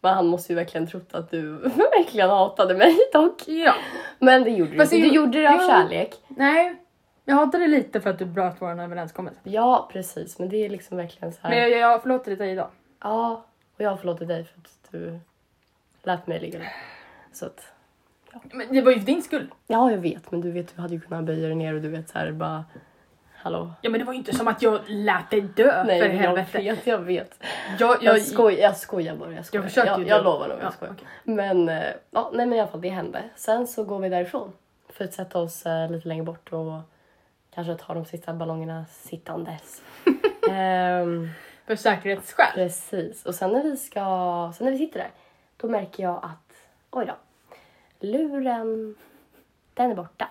Speaker 2: Men han måste ju verkligen trott att du <laughs> verkligen hatade mig dock.
Speaker 3: Ja.
Speaker 2: Men det gjorde du
Speaker 3: Fast
Speaker 2: inte.
Speaker 3: det
Speaker 2: Du
Speaker 3: gjorde-
Speaker 2: gjorde det av
Speaker 3: jo.
Speaker 2: kärlek.
Speaker 3: Nej, jag hatar dig lite för att du bröt vår överenskommelse.
Speaker 2: Ja, precis. Men det är liksom verkligen så här.
Speaker 3: Men jag, jag förlåter dig idag.
Speaker 2: Ja, och jag förlåter dig för att du lät mig ligga där. Så att,
Speaker 3: Men det var ju för din skull.
Speaker 2: ja, jag vet, men du vet, du hade ju kunnat böja dig ner och du vet så här bara, hallå.
Speaker 3: Ja men det var ju inte som att jag lät dig dö
Speaker 2: Nej,
Speaker 3: för
Speaker 2: jag
Speaker 3: helvete.
Speaker 2: vet, jag vet.
Speaker 3: Jag,
Speaker 2: Jag,
Speaker 3: jag,
Speaker 2: skoj, jag skojar bara, jag skojar.
Speaker 3: jag försökte
Speaker 2: jag,
Speaker 3: ju dö.
Speaker 2: jag lovar nog, jag
Speaker 3: Ja,
Speaker 2: skojar.
Speaker 3: okej.
Speaker 2: Men, eh, ja, nej men i alla fall, det hände. Sen så går vi därifrån för att sätta oss eh, lite längre bort och kanske ta de sista ballongerna
Speaker 3: <laughs>
Speaker 2: sittandes. Ehm,
Speaker 3: För säkerhetsskäl.
Speaker 2: Precis. Och sen när vi ska, sen när vi sitter där, då märker jag att, oj då, luren, den är borta.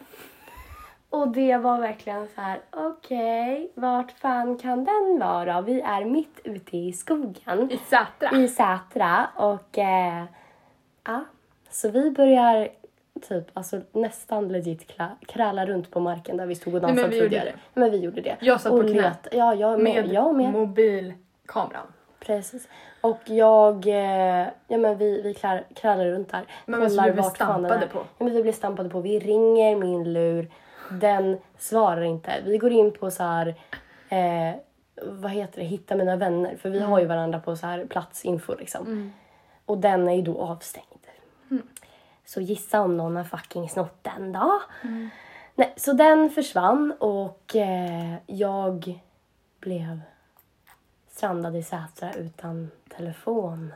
Speaker 2: Och det var verkligen så här, okej, vart fan kan den vara? Vi är mitt ute i skogen
Speaker 3: I Sätra.
Speaker 2: i Sätra och eh, ja, så vi börjar typ alltså nästan legit kla- kräla runt på marken där vi stod och
Speaker 3: Nej, men
Speaker 2: dansade
Speaker 3: vi gjorde
Speaker 2: tidigare.
Speaker 3: det.
Speaker 2: Men vi gjorde det.
Speaker 3: Jag satt
Speaker 2: Och
Speaker 3: på knä.
Speaker 2: let- Ja, jag med.
Speaker 3: Med,
Speaker 2: jag med.
Speaker 3: mobilkameran.
Speaker 2: Precis. Och jag, eh, ja men vi, vi klär, krälar runt där.
Speaker 3: Men alltså,
Speaker 2: Kollar
Speaker 3: vi blev
Speaker 2: vart fan den
Speaker 3: stampade
Speaker 2: är.
Speaker 3: på.
Speaker 2: Ja, men vi blev stampade på. Vi ringer min lur. Den svarar inte. Vi går in på så här, eh, vad heter det, hitta mina vänner. För vi
Speaker 3: Mm.
Speaker 2: har ju varandra på så här platsinfo liksom. Och den är ju då avstängd.
Speaker 3: Mm.
Speaker 2: Så gissa om någon har fucking snott den då.
Speaker 3: Mm.
Speaker 2: Nej, så den försvann och eh, jag blev strandad i Sätra utan telefon.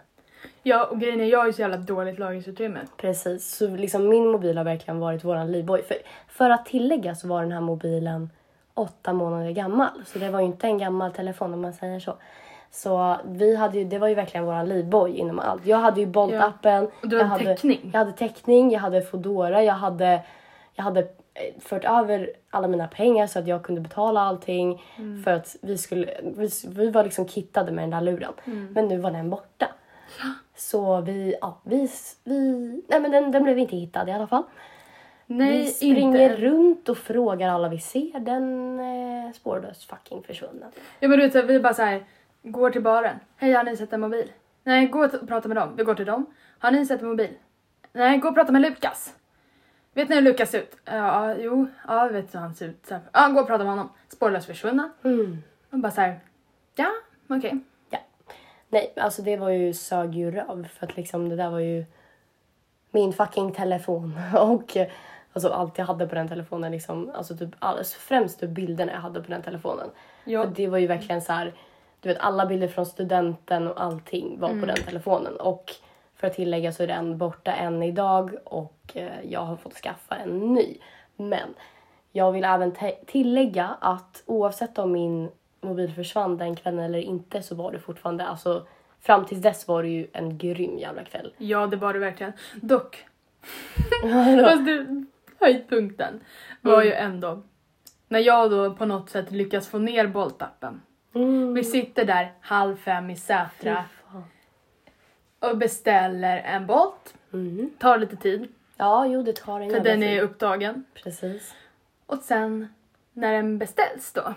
Speaker 3: Ja, och grejen är jag har ju så jävla dåligt lagringsutrymme.
Speaker 2: Precis, så liksom min mobil har verkligen varit våran livboj. För, för att tillägga så var den här mobilen åtta månader gammal. Så det var ju inte en gammal telefon om man säger så. Så vi hade ju, det var ju verkligen våran livboj inom allt. Jag hade ju Bolt-appen.
Speaker 3: Och du
Speaker 2: jag
Speaker 3: hade täckning.
Speaker 2: Jag hade täckning, jag hade Foodora, jag hade, jag hade eh, fört över alla mina pengar så att jag kunde betala allting.
Speaker 3: Mm.
Speaker 2: För att vi skulle, vi, vi var liksom kittade med den där luren.
Speaker 3: Mm.
Speaker 2: Men nu var den borta. Så vi, ja, vi, vi, nej men den, den blev inte hittad i alla fall. vi
Speaker 3: Nej,
Speaker 2: springer
Speaker 3: inte.
Speaker 2: runt och frågar alla vi ser. Den eh, spårlöst fucking försvunnen.
Speaker 3: Ja, men du vet, så här, vi bara så här, går till baren. Hej, har ni sett en mobil? Nej, gå och prata med dem. Vi går till dem. Har ni sett en mobil? Nej, gå och prata med Lukas. Vet ni hur Lukas ser ut? Ja, jo, ja, jag vet hur han ser ut. Så här, Ja, gå och prata med honom. Spårlöst försvunna.
Speaker 2: Mm.
Speaker 3: Och bara så här, ja, okej.
Speaker 2: Ja. Nej, alltså det var ju sög ju röv för att liksom det där var ju min fucking telefon <laughs> och eh, alltså allt jag hade på den telefonen liksom, alltså typ alldeles främst typ bilderna jag hade på den telefonen.
Speaker 3: Ja.
Speaker 2: För det var ju verkligen så här, du vet alla bilder från studenten och allting var på den telefonen och för att tillägga så är den borta än idag och eh, jag har fått skaffa en ny. Men jag vill även te- tillägga att oavsett om min mobil försvann den kvällen eller inte så var det fortfarande, alltså fram tills dess var det ju en grym jävla kväll.
Speaker 3: Ja, det var det verkligen. Dock. <laughs> Fast du, höjdpunkten var ju ändå när jag då på något sätt lyckas få ner boltappen. Vi sitter där halv fem i Sätra och beställer en bolt.
Speaker 2: Mm.
Speaker 3: Tar lite tid,
Speaker 2: Ja, jo det tar en
Speaker 3: för den är upptagen.
Speaker 2: Precis.
Speaker 3: Och sen när den beställs då,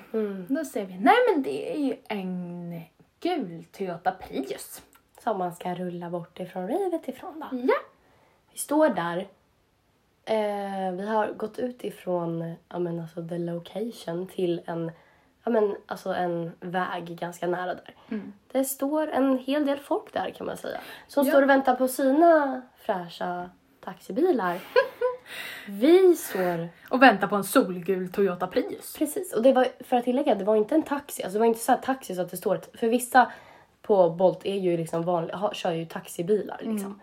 Speaker 3: då säger vi nej men det är ju en gul Toyota Prius.
Speaker 2: Som man ska rulla bort ifrån rivet ifrån då.
Speaker 3: Ja.
Speaker 2: Vi står där. Eh, vi har gått ut ifrån ja, men alltså, the location till en, ja, men, alltså, en väg ganska nära där.
Speaker 3: Mm.
Speaker 2: Det står en hel del folk där kan man säga. Som står och väntar på sina fräscha
Speaker 3: <laughs>
Speaker 2: taxibilar. vi står
Speaker 3: Och väntar på en solgul Toyota Prius.
Speaker 2: Precis, och det var, för att tillägga, det var inte en taxi. Alltså, det var inte så här taxi så att det står... ett- För vissa på Bolt är ju liksom vanliga, har, kör ju taxibilar. Liksom.
Speaker 3: Mm.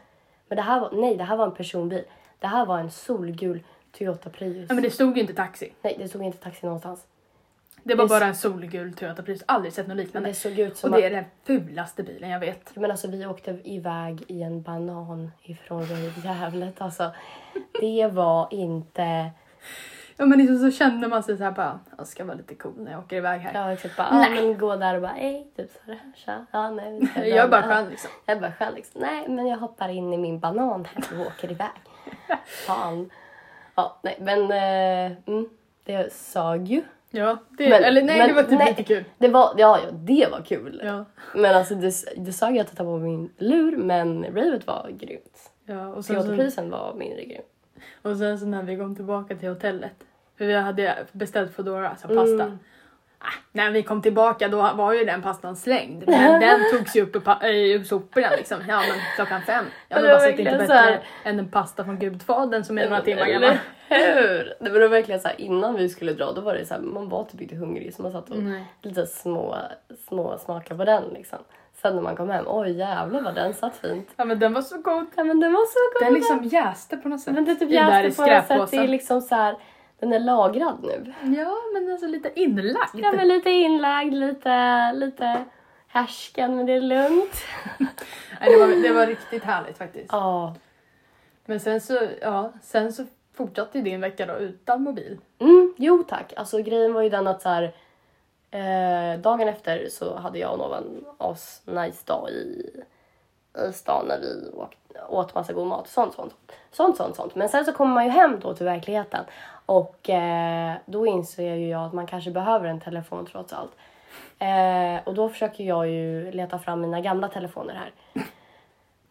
Speaker 2: Men det här var, nej, det här var en personbil. Det här var en solgul Toyota Prius.
Speaker 3: Ja, men det stod ju inte taxi.
Speaker 2: Nej, det stod inte taxi någonstans.
Speaker 3: Det var
Speaker 2: Det-
Speaker 3: bara en solgul Toyota Prius, aldrig sett något liknande.
Speaker 2: Det såg ut
Speaker 3: Och
Speaker 2: som
Speaker 3: det är
Speaker 2: att...
Speaker 3: den fulaste bilen jag vet.
Speaker 2: Men alltså, vi åkte iväg i en banan ifrån Rödjävlet. Alltså, det var inte...
Speaker 3: Ja men liksom så kände man sig såhär bara, jag ska vara lite cool när jag åker iväg här.
Speaker 2: Jag var typ bara, ah, men gå där och bara, hej, typ så här, tja. Ja, nej, vi ska
Speaker 3: jag är bara
Speaker 2: döda."
Speaker 3: skön liksom.
Speaker 2: Jag bara själv liksom, nej men jag hoppar in i min banan här och åker
Speaker 3: <laughs>
Speaker 2: iväg. Fan. Ja, nej men eh, mm, det sög ju.
Speaker 3: Ja, det,
Speaker 2: Men-
Speaker 3: eller nej
Speaker 2: men-
Speaker 3: det var typ
Speaker 2: nej.
Speaker 3: lite kul.
Speaker 2: Det var, ja, ja det var kul.
Speaker 3: Ja.
Speaker 2: Men alltså det, det sög ju att jag tappade på min lur men ravet var grymt.
Speaker 3: Ja, och, sen så,
Speaker 2: Teaterprisen var mindre grym.
Speaker 3: och sen så när vi kom tillbaka till hotellet, för vi hade beställt Foodora, alltså pasta. Ah, när vi kom tillbaka då var ju den pastan slängd. Men den togs ju upp ur, pa- äh, ur soporna liksom. Ja men klockan fem. Ja
Speaker 2: det
Speaker 3: men
Speaker 2: var
Speaker 3: vad sitter inte
Speaker 2: verkligen
Speaker 3: bättre
Speaker 2: så här-
Speaker 3: än en pasta från gudfadern som är några
Speaker 2: <laughs>
Speaker 3: timmar
Speaker 2: Eller
Speaker 3: gammal.
Speaker 2: Hur? Det var då verkligen så här, innan vi skulle dra då var det så här, man var typ inte hungrig så man satt och
Speaker 3: Nej.
Speaker 2: lite små, små smakade på den liksom. Sen när man kom hem, oj jävlar vad den satt fint.
Speaker 3: Ja men den var så god.
Speaker 2: Ja, men den var så god.
Speaker 3: Den liksom jäste på något sätt.
Speaker 2: Men det är typ
Speaker 3: I där i
Speaker 2: jäste på något sätt. Det
Speaker 3: skräppåsen.
Speaker 2: är liksom så här, den är lagrad nu.
Speaker 3: Ja, men alltså lite inlagd.
Speaker 2: Ja, men lite inlagd, lite, lite härsken, men det är
Speaker 3: <laughs>
Speaker 2: lugnt.
Speaker 3: Nej, det, var, det var riktigt härligt faktiskt.
Speaker 2: Ja,
Speaker 3: Men sen så, ja, sen så fortsatte ju din vecka då utan mobil.
Speaker 2: Mm, jo tack. Alltså grejen var ju den att så här, eh, dagen efter så hade jag och Nova en nice dag i, i stan när vi åkt, åt massa god mat. Sånt, sånt, sånt, sånt, sånt. Men sen så kommer man ju hem då till verkligheten och eh, då inser ju jag att man kanske behöver en telefon trots allt. Eh, och då försöker jag ju leta fram mina gamla telefoner här.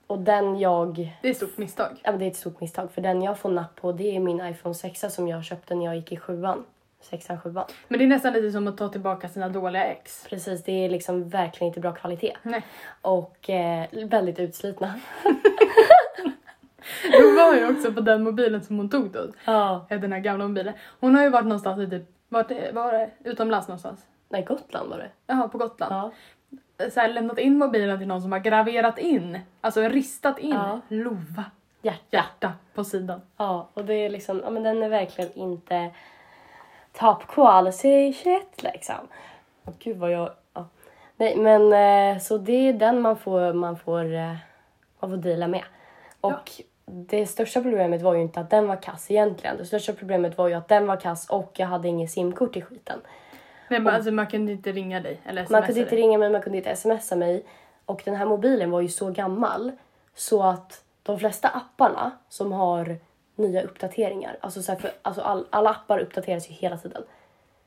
Speaker 2: Och den jag
Speaker 3: Det är ett stort misstag.
Speaker 2: Ja, men det är ett stort misstag. För den jag får napp på det är min iPhone 6 som jag köpte när jag gick i sjuan. Sexan, sjuan.
Speaker 3: Men det är nästan lite som att ta tillbaka sina
Speaker 2: <laughs>
Speaker 3: dåliga ex.
Speaker 2: Precis, det är liksom verkligen inte bra kvalitet.
Speaker 3: Nej.
Speaker 2: Och eh, väldigt utslitna.
Speaker 3: Hon var ju också på den mobilen som hon tog då.
Speaker 2: Ja.
Speaker 3: Den här gamla mobilen. Hon har ju varit någonstans i typ, vart var det? Utomlands någonstans?
Speaker 2: Nej, Gotland var det.
Speaker 3: Jaha, på Gotland.
Speaker 2: Ja.
Speaker 3: så här, lämnat in mobilen till någon som har graverat in, alltså ristat in,
Speaker 2: Ja.
Speaker 3: Lova
Speaker 2: Hjärta.
Speaker 3: hjärta på sidan.
Speaker 2: Ja, och det är liksom, ja men den är verkligen inte top quality shit liksom. Åh gud vad jag, ja. Nej men eh, så det är den man får, man får, eh, man får deala med. Och det största problemet var ju inte att den var kass egentligen. Det största problemet var ju att den var kass och jag hade inget simkort i skiten.
Speaker 3: Nej, men, alltså, man kunde inte ringa dig eller smsa
Speaker 2: Man kunde inte
Speaker 3: dig.
Speaker 2: ringa mig, man kunde inte smsa mig. Och den här mobilen var ju så gammal så att de flesta apparna som har nya uppdateringar, alltså, så här för, alltså all, alla appar uppdateras ju hela tiden.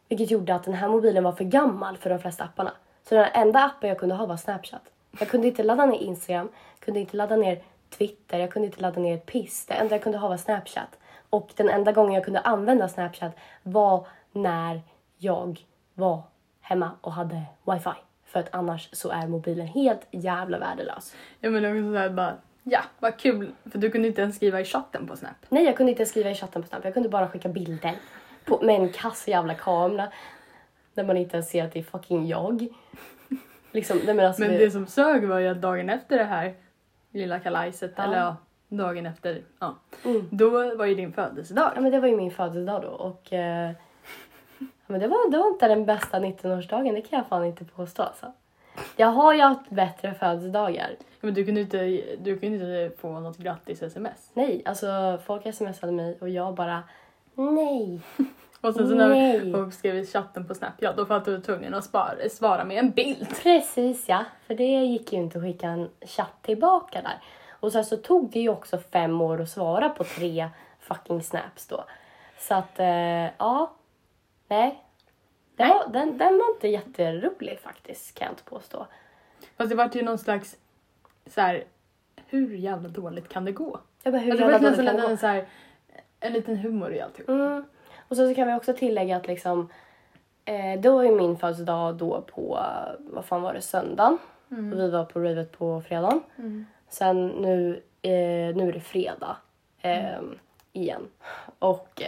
Speaker 2: Vilket gjorde att den här mobilen var för gammal för de flesta apparna. Så den enda appen jag kunde ha var Snapchat. Jag kunde inte ladda ner Instagram, kunde inte ladda ner Twitter, jag kunde inte ladda ner Piss. Det enda jag kunde ha var Snapchat. Och den enda gången jag kunde använda Snapchat var när jag var hemma och hade wifi. För att annars så är mobilen helt jävla värdelös.
Speaker 3: Ja men det var också så här, bara, ja vad kul, för du kunde inte ens skriva i chatten på Snap.
Speaker 2: Nej, jag kunde inte ens skriva i chatten på Snap. Jag kunde bara skicka bilder på, med en kass jävla kamera. Där man inte ens ser att det är fucking jag. Liksom, nej men alltså,
Speaker 3: Men
Speaker 2: det-
Speaker 3: det som sög var ju att dagen efter det här lilla kalajset,
Speaker 2: Ja.
Speaker 3: eller ja, dagen efter, ja.
Speaker 2: Mm.
Speaker 3: Då var ju din födelsedag.
Speaker 2: Ja, men det var ju min födelsedag då och eh, ja, men det, var, det var inte den bästa 19-årsdagen, det kan jag fan inte påstå alltså. Jag har ju haft bättre födelsedagar.
Speaker 3: Ja, Men du kunde inte, du kunde inte få något grattis-sms.
Speaker 2: Nej, alltså folk smsade mig och jag bara nej.
Speaker 3: Och sen så när
Speaker 2: Nej.
Speaker 3: folk skrev i chatten på Snap, ja då var du tvungen att spara, svara med en bild.
Speaker 2: Precis ja, för det gick ju inte att skicka en chatt tillbaka där. Och sen så tog det ju också fem år att svara på tre fucking snaps då. Så att eh, ja, nej. Den, Var, den, den var inte jätterolig faktiskt kan jag inte påstå.
Speaker 3: Fast det vart ju någon slags så här, hur jävla dåligt kan det gå?
Speaker 2: Jag bara, hur
Speaker 3: Alltså, det
Speaker 2: jävla
Speaker 3: var
Speaker 2: dåligt
Speaker 3: nästan
Speaker 2: kan det
Speaker 3: lite
Speaker 2: gå?
Speaker 3: en, så här, en liten humor i alltihop.
Speaker 2: Mm. Och sen så kan vi också tillägga att liksom, eh, då var ju min födelsedag då på, eh, vad fan var det, söndagen. Och vi var på ravet på fredagen. Sen nu, eh, nu är det fredag. Eh, Igen. Och,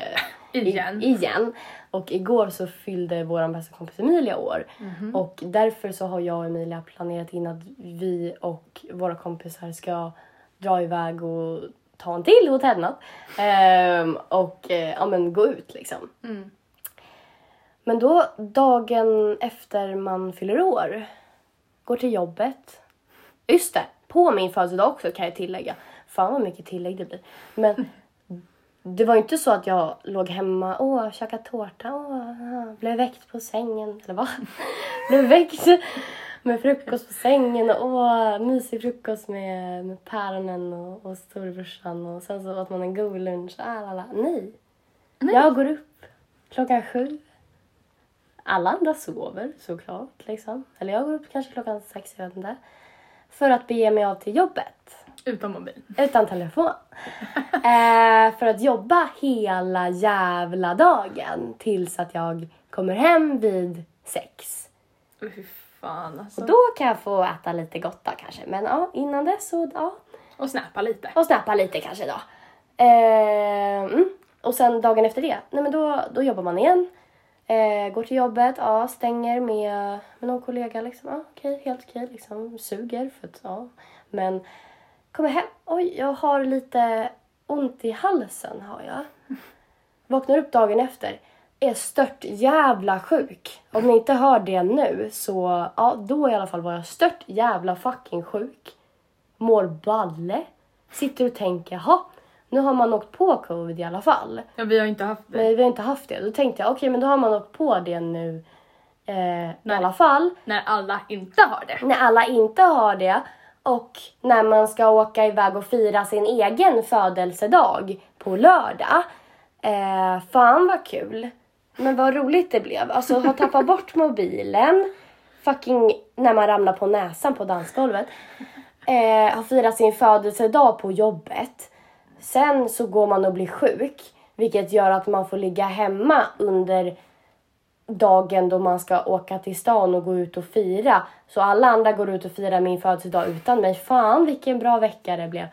Speaker 2: eh,
Speaker 3: Igen.
Speaker 2: I, igen. Och igår så fyllde vår bästa kompis Emilia år. Och därför så har jag och Emilia planerat in att vi och våra kompisar ska dra iväg och ta en till hotellnatt. Ehm, och eh, ja, men gå ut liksom. Men då dagen efter man fyller år, går till jobbet. Just det, på min födelsedag också kan jag tillägga. Fan vad mycket tillägg det blir. Men det var ju inte så att jag låg hemma och käkade tårta och blev väckt på sängen. Eller vad? <laughs> blev väckt med frukost på sängen och åh, mysig frukost med, med päronen och, och storebrorsan och sen så åt man en god lunch. Ah, la, la. Nej. Jag går upp klockan sju. Alla andra sover såklart. Liksom. Eller jag går upp kanske klockan sex, jag vet inte. För att bege mig av till jobbet.
Speaker 3: Utan mobil.
Speaker 2: Utan telefon. eh, för att jobba hela jävla dagen tills att jag kommer hem vid sex.
Speaker 3: Uy, Fy fan alltså.
Speaker 2: Och
Speaker 3: Och,
Speaker 2: då kan jag få äta lite gott då, kanske. Men ja, innan dess så ja.
Speaker 3: snappa lite.
Speaker 2: Och snappa lite kanske då. Eh, mm. Och sen dagen efter det, nej men då, då jobbar man igen. Eh, går till jobbet, ja, stänger med, med någon kollega liksom. Ja, okej, helt okej liksom. Suger för att, ja. Men kommer hem, oj, jag har lite ont i halsen har jag. Vaknar upp dagen efter. Är stört jävla sjuk. Om ni inte hör det nu så, ja då i alla fall var jag stört jävla fucking sjuk. Mår balle. Sitter och tänker, jaha, Nu har man åkt på covid i alla fall.
Speaker 3: Ja, vi har inte haft det.
Speaker 2: Men vi har inte haft det. Då tänkte jag, okej men då har man åkt på det nu eh, i alla fall.
Speaker 3: När alla inte har det.
Speaker 2: När alla inte har det och när man ska åka iväg och fira sin egen födelsedag på lördag. Eh, fan vad kul. Men vad roligt det blev. Alltså ha tappat bort mobilen. Fucking när man ramlar på näsan på dansgolvet. Eh, ha firat sin födelsedag på jobbet. Sen så går man och blir sjuk. Vilket gör att man får ligga hemma under dagen då man ska åka till stan och gå ut och fira. Så alla andra går ut och firar min födelsedag utan mig. Fan vilken bra vecka det blev.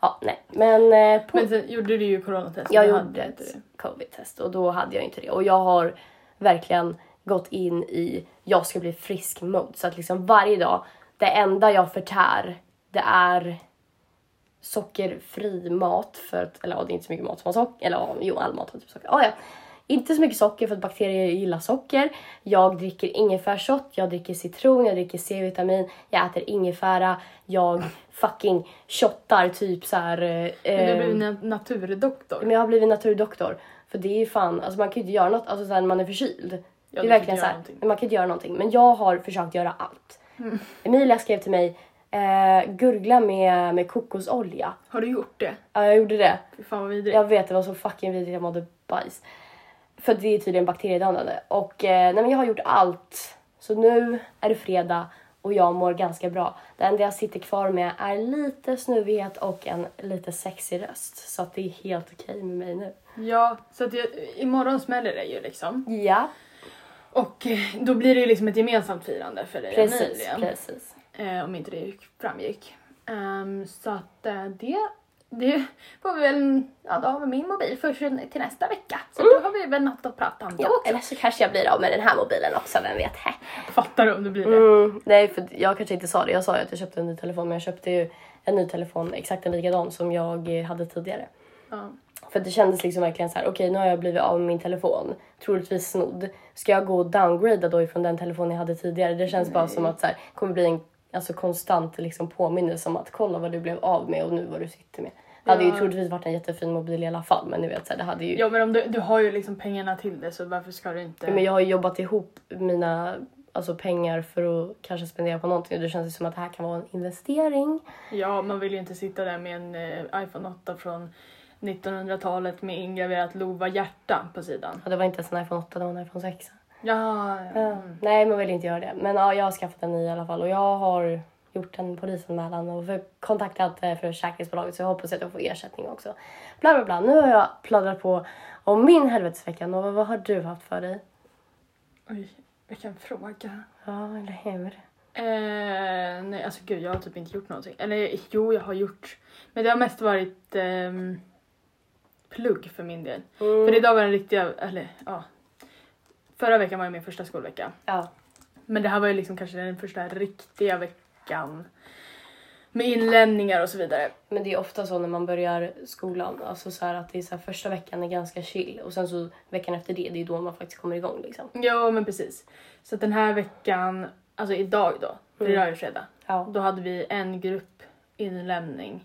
Speaker 2: Ja, nej. Men, eh, på...
Speaker 3: Men sen gjorde du ju coronatest.
Speaker 2: jag
Speaker 3: men
Speaker 2: gjorde
Speaker 3: hade inte
Speaker 2: ett covid-test och då hade jag inte det. Och jag har verkligen gått in i jag ska bli frisk mode. Så att liksom varje dag, det enda jag förtär det är sockerfri mat för att, eller ja, det är inte så mycket mat som har socker, eller ja, jo all mat har typ socker. Ja, ja. Inte så mycket socker för att bakterier gillar socker. Jag dricker ingefärsshot, jag dricker citron, jag dricker C-vitamin, jag äter ingefära, jag fucking shottar typ så här. eh,
Speaker 3: Men du blev
Speaker 2: ehm,
Speaker 3: en naturdoktor.
Speaker 2: men jag har blivit naturdoktor. För det är ju fan, alltså man kan ju inte göra något alltså så här, när man är förkyld.
Speaker 3: Ja,
Speaker 2: det
Speaker 3: du
Speaker 2: är
Speaker 3: kan
Speaker 2: verkligen så här,
Speaker 3: inte göra någonting. Mm.
Speaker 2: men man kan inte göra någonting. Men jag har försökt göra allt. Emilia skrev till mig, eh, gurgla med, med kokosolja.
Speaker 3: Har du gjort det?
Speaker 2: Ja, jag gjorde det.
Speaker 3: Fy fan vad vidrigt.
Speaker 2: Jag vet, det var så fucking vidrigt. Jag mådde bajs. För det är tydligen bakteriedödande. Och eh, nej, men jag har gjort allt. Så nu är det fredag och jag mår ganska bra. Det enda jag sitter kvar med är lite snuvighet och en lite sexig röst. Så att det är helt okej med mig nu.
Speaker 3: Ja, så att jag, imorgon smäller det ju liksom.
Speaker 2: Ja,
Speaker 3: Och eh, då blir det ju liksom ett gemensamt firande för dig och
Speaker 2: precis.
Speaker 3: Emilien.
Speaker 2: precis.
Speaker 3: Eh, om inte det gick- framgick. Ehm, så att eh, det, det får vi väl, ja då har vi min mobil för till nästa vecka. Så då har vi väl något att prata om då
Speaker 2: Mm. Ja, eller så kanske jag blir av med den här mobilen också, vem vet?
Speaker 3: Fattar du om det blir det?
Speaker 2: Mm, nej, för jag kanske inte sa det. Jag sa ju att jag köpte en ny telefon, men jag köpte ju en ny telefon, exakt en likadan som jag eh, hade tidigare.
Speaker 3: Ja.
Speaker 2: För det kändes liksom verkligen så här: okej nu har jag blivit av med min telefon, troligtvis snodd. Ska jag gå och downgrada då ifrån den telefon jag hade tidigare? Det känns bara som att så här, kommer bli en alltså, konstant liksom, påminnelse om att kolla vad du blev av med och nu vad du sitter med. Det hade ju
Speaker 3: Ja.
Speaker 2: troligtvis varit en jättefin mobil i alla fall men ni vet så här, det hade ju...
Speaker 3: Ja men om du, du har ju liksom pengarna till det så varför ska du inte...
Speaker 2: Men jag har ju jobbat ihop mina alltså, pengar för att kanske spendera på någonting och det känns ju som att det här kan vara en investering.
Speaker 3: Ja, man vill ju inte sitta där med en eh, iPhone 8 från 1900-talet med ingraverat Lova hjärta på sidan.
Speaker 2: Ja, det var inte ens en iPhone 8, det var en iPhone 6.
Speaker 3: Ja,
Speaker 2: Eh.
Speaker 3: ja.
Speaker 2: Nej, man vill inte göra det. Men ja, jag har skaffat en ny i alla fall och jag har gjort en polisanmälan och för- kontaktat eh, försäkringsbolaget så jag hoppas att jag får ersättning också. Bla bla bla. Nu har jag pladdrat på om min helvetesvecka. Nova, vad har du haft för dig?
Speaker 3: Oj, vilken fråga.
Speaker 2: Ja, eller hur?
Speaker 3: Eh, nej, alltså gud, jag har typ inte gjort någonting. Eller jo, jag har gjort. Men det har mest varit ehm, plugg för min del. För idag var den riktiga, eller ja. Förra veckan var ju min första skolvecka.
Speaker 2: Ja.
Speaker 3: Men det här var ju liksom kanske den första riktiga veckan. Med inlämningar och så vidare.
Speaker 2: Men det är ofta så när man börjar skolan, alltså så här att det är så här, första veckan är ganska chill och sen så veckan efter det, det är då man faktiskt kommer igång liksom.
Speaker 3: Ja, men precis. Så att den här veckan, alltså idag då, för idag är det fredag.
Speaker 2: Ja.
Speaker 3: Då hade vi en grupp inlämning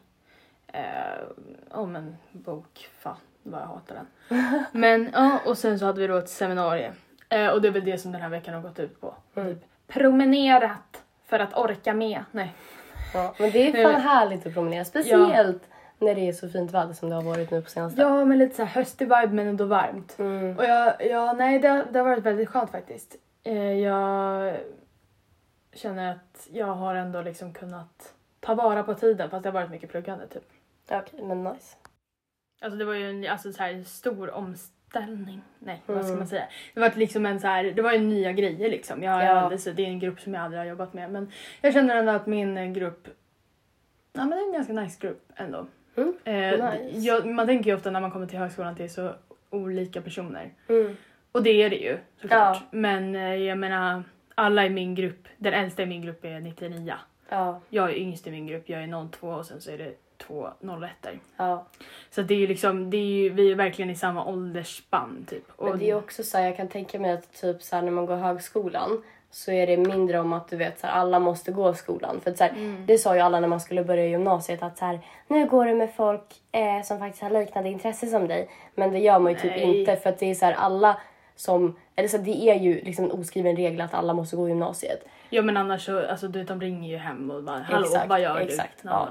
Speaker 3: eh, om en bok. Fan vad jag hatar den. <laughs> Men ja, och sen så hade vi då ett seminarium. Eh, och det är väl det som den här veckan har gått ut på. Typ promenerat för att orka med. Nej.
Speaker 2: ja. Men det är fan härligt att promenera, speciellt när det är så fint väder som det har varit nu på senaste. Mm.
Speaker 3: Ja, men lite så här höstig vibe men ändå varmt. Och jag, ja, nej det, har- det har varit väldigt skönt faktiskt. Eh, jag känner att jag har ändå liksom kunnat ta vara på tiden fast det har varit mycket pluggande typ.
Speaker 2: Okej, men nice.
Speaker 3: Alltså det var ju en alltså, så här, stor omställning. Nej, vad
Speaker 2: Mm.
Speaker 3: ska man säga? Det var liksom en så här, det var ju nya grejer liksom. Jag,
Speaker 2: Ja.
Speaker 3: det, det är en grupp som jag aldrig har jobbat med. Men jag känner ändå att min eh, grupp, ja men det är en ganska nice grupp ändå.
Speaker 2: Mm.
Speaker 3: Eh,
Speaker 2: Nice.
Speaker 3: jag, man tänker ju ofta när man kommer till högskolan att det är så olika personer. Och det är det ju såklart.
Speaker 2: Mm. Ja.
Speaker 3: Men eh, jag menar, alla i min grupp, den äldsta i min grupp är 99.
Speaker 2: Ja,
Speaker 3: Jag är yngst i min grupp, jag är 02 och sen så är det två 01
Speaker 2: ja.
Speaker 3: så det är ju liksom, det är ju, vi är verkligen i samma åldersspann typ. Och
Speaker 2: Men det är också så här, jag kan tänka mig att typ så här, när man går högskolan så är det mindre om att du vet så här, alla måste gå i skolan. För att, så här,
Speaker 3: Mm.
Speaker 2: Det sa ju alla när man skulle börja i gymnasiet att så här, nu går du med folk eh, som faktiskt har liknande intresse som dig. Men det gör man ju typ
Speaker 3: Nej.
Speaker 2: inte för att det är så här, alla som, eller så här, det är ju liksom en oskriven regel att alla måste gå i gymnasiet.
Speaker 3: Jo men annars så, alltså du vet, de ringer ju hem och bara hallå
Speaker 2: Exakt,
Speaker 3: vad gör
Speaker 2: exakt,
Speaker 3: du?
Speaker 2: ja.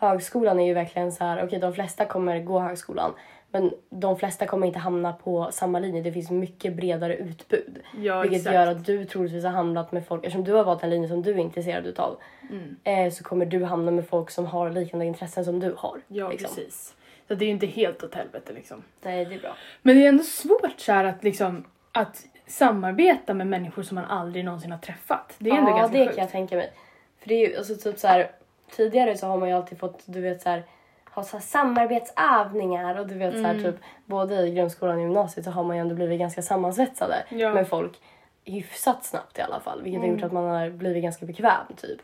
Speaker 2: Högskolan är ju verkligen så här, okej de flesta kommer gå högskolan men de flesta kommer inte hamna på samma linje. Det finns mycket bredare utbud.
Speaker 3: Ja,
Speaker 2: vilket
Speaker 3: exakt.
Speaker 2: gör att du troligtvis har hamnat med folk, eftersom du har valt en linje som du är intresserad utav
Speaker 3: Mm.
Speaker 2: eh, så kommer du hamna med folk som har liknande intressen som du har.
Speaker 3: Ja
Speaker 2: liksom.
Speaker 3: precis. Så det är ju inte helt åt helvete liksom.
Speaker 2: Nej, det är bra.
Speaker 3: Men det är ändå svårt så här att liksom att samarbeta med människor som man aldrig någonsin har träffat. Det är ändå
Speaker 2: ja,
Speaker 3: ganska
Speaker 2: det
Speaker 3: sjukt.
Speaker 2: kan jag tänka mig. För det är ju alltså, typ så här, tidigare så har man ju alltid fått, du vet så här, ha så här samarbetsövningar och du vet så
Speaker 3: Mm.
Speaker 2: här, typ både i grundskolan och gymnasiet så har man ju ändå blivit ganska sammansvetsade
Speaker 3: Ja. Mm.
Speaker 2: med folk hyfsat snabbt i alla fall vilket har gjort att man har blivit ganska bekväm typ.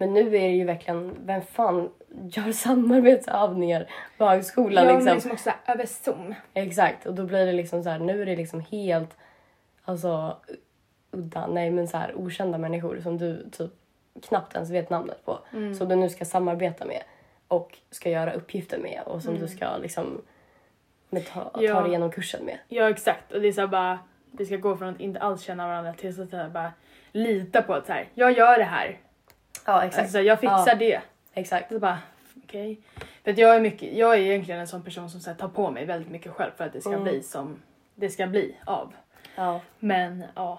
Speaker 2: Men nu är det ju verkligen, vem fan gör samarbetsövningar på högskolan
Speaker 3: Ja, men
Speaker 2: liksom?
Speaker 3: liksom också så här, över Zoom.
Speaker 2: Exakt och då blir det liksom så här, nu är det liksom helt alltså udda, nej men så här okända människor som du typ knappt ens vet namnet på. Som du nu ska samarbeta med och ska göra uppgifter med och som du ska liksom med ta, ta
Speaker 3: Ja.
Speaker 2: dig igenom kursen med.
Speaker 3: Ja exakt och det är så här bara vi ska gå från att inte alls känna varandra till att så här bara lita på att så här, jag gör det här.
Speaker 2: Ja exakt.
Speaker 3: Alltså, jag fixar
Speaker 2: ja,
Speaker 3: det.
Speaker 2: Exakt.
Speaker 3: Så bara okej. För att jag är mycket, jag är egentligen en sån person som så här, tar på mig väldigt mycket själv för att det ska
Speaker 2: Mm.
Speaker 3: bli som det ska bli av.
Speaker 2: Ja.
Speaker 3: Men ja.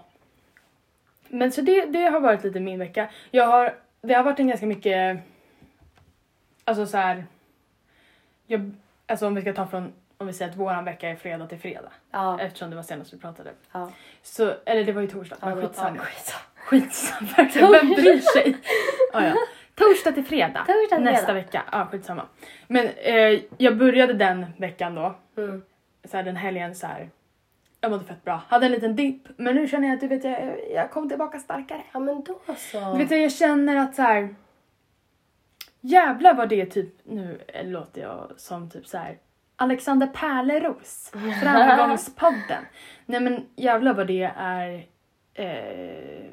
Speaker 3: Men så det, det har varit lite min vecka. Jag har, det har varit en ganska mycket, alltså så här. Jag, alltså om vi ska ta från, om vi säger att våran vecka är fredag till fredag.
Speaker 2: Ja.
Speaker 3: Eftersom det var senast vi pratade.
Speaker 2: Ja.
Speaker 3: Så, eller det var ju torsdag,
Speaker 2: Ja,
Speaker 3: men
Speaker 2: det var-
Speaker 3: skitsamma.
Speaker 2: ja, skitsamma.
Speaker 3: Skitsamma, verkligen. Vem bryr sig? Ja, ja. Torsdag till fredag.
Speaker 2: Torsdag till
Speaker 3: Nästa
Speaker 2: fredag.
Speaker 3: vecka. Ja, skitsamma. Men eh, jag började den veckan då.
Speaker 2: Mm.
Speaker 3: Så här, den helgen så här. Jag mådde fett bra. Hade en liten dipp. Men nu känner jag att du vet, jag, jag kom tillbaka starkare.
Speaker 2: ja men då så.
Speaker 3: Du vet, jag känner att så här. Jävlar vad det är typ, nu låter jag som typ så här. Alexander Pärleros, Framgångspodden. Nej men jävlar vad det är eh,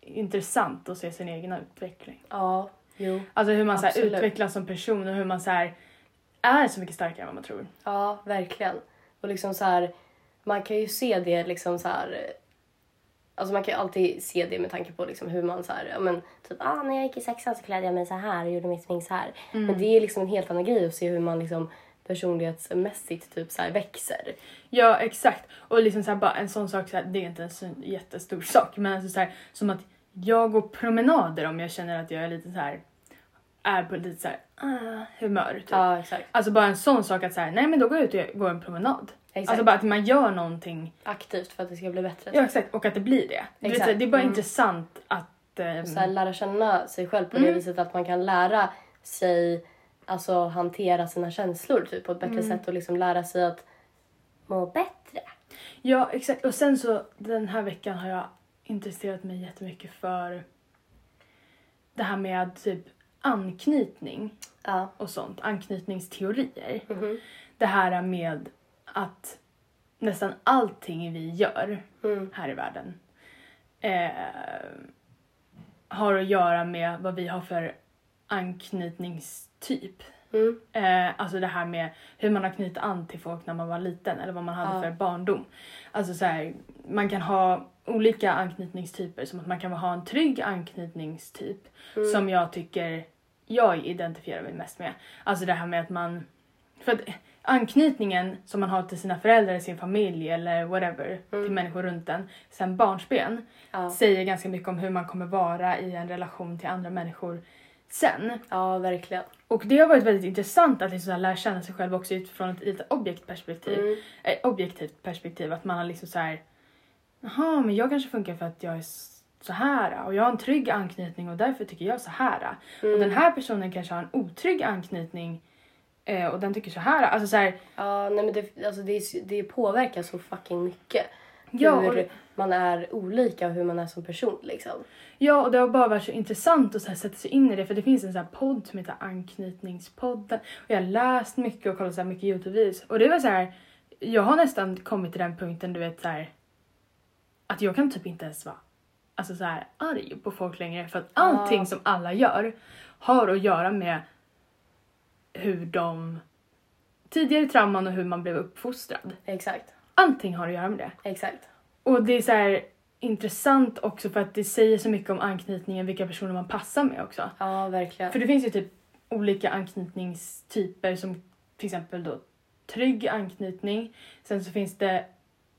Speaker 3: intressant att se sin egen utveckling.
Speaker 2: Ja. Jo.
Speaker 3: Alltså hur man så här,
Speaker 2: Absolut.
Speaker 3: utvecklas som person och hur man så här, är så mycket starkare än vad man tror.
Speaker 2: Ja, verkligen. Och liksom så här, man kan ju se det liksom så här... Alltså man kan ju alltid se det med tanke på liksom hur man så här, ja men typ ah, när jag gick i sexan så klädde jag mig så här och gjorde mitt smink så här. Men det är liksom en helt annan grej att se hur man liksom personlighetsmässigt typ så här växer.
Speaker 3: Ja exakt. Och liksom så här, bara en sån sak, så här, det är inte en så jättestor <laughs> sak men alltså så här, som att jag går promenader om jag känner att jag är lite så här är på lite så här ah, humör typ.
Speaker 2: Ja, exakt.
Speaker 3: Alltså bara en sån sak att så här, nej men då går jag ut och går en promenad.
Speaker 2: Exakt.
Speaker 3: Alltså bara att man gör någonting.
Speaker 2: Aktivt för att det ska bli bättre.
Speaker 3: Ja exakt och att det blir det. Du vet,
Speaker 2: Exakt.
Speaker 3: så här, det är bara
Speaker 2: Mm.
Speaker 3: intressant att ehm,
Speaker 2: Så här, lära känna sig själv på det viset att man kan lära sig alltså hantera sina känslor typ på ett bättre sätt och liksom lära sig att må bättre.
Speaker 3: Ja, exakt. Och sen så den här veckan har jag intresserat mig jättemycket för det här med typ anknytning
Speaker 2: Ja.
Speaker 3: och sånt. Anknytningsteorier. Det här med att nästan allting vi gör här i världen eh, har att göra med vad vi har för anknytningstyp.
Speaker 2: Mm.
Speaker 3: Eh, alltså det här med hur man har knutit an till folk när man var liten eller vad man hade
Speaker 2: Ja.
Speaker 3: för barndom. Alltså så här, man kan ha olika anknytningstyper som att man kan ha en trygg anknytningstyp
Speaker 2: Mm.
Speaker 3: som jag tycker jag identifierar mig mest med. Alltså det här med att man... För att anknytningen som man har till sina föräldrar, sin familj eller whatever, till människor runt en, sen barnsben,
Speaker 2: Mm. Ja.
Speaker 3: säger ganska mycket om hur man kommer vara i en relation till andra människor sen.
Speaker 2: Ja, verkligen.
Speaker 3: Och det har varit väldigt intressant att liksom så här lära känna sig själv också utifrån ett lite objekt perspektiv, eh, objektivt perspektiv. Att man har liksom så här, jaha men jag kanske funkar för att jag är s- så här och jag har en trygg anknytning och därför tycker jag så här. Och den här personen kanske har en otrygg anknytning eh, och den tycker så här. Alltså så här,
Speaker 2: Ja, nej men det, alltså det, är s- det påverkar så fucking mycket.
Speaker 3: Ja, och-
Speaker 2: hur man är olika och hur man är som person liksom.
Speaker 3: Ja, och det har bara varit så intressant att så här sätta sig in i det för det finns en sån här podd som heter Anknytningspodden och jag har läst mycket och kollat så här mycket Youtube-videos och det var så här, jag har nästan kommit till den punkten du vet så här att jag kan typ inte ens vara alltså så här, arg på folk längre för att allting som alla gör har att göra med hur de tidigare trauman och hur man blev uppfostrad.
Speaker 2: Exakt,
Speaker 3: Allting har att göra med det.
Speaker 2: exakt.
Speaker 3: Och det är så här intressant också för att det säger så mycket om anknytningen, vilka personer man passar med också.
Speaker 2: Ja, verkligen.
Speaker 3: För det finns ju typ olika anknytningstyper som till exempel då trygg anknytning. Sen så finns det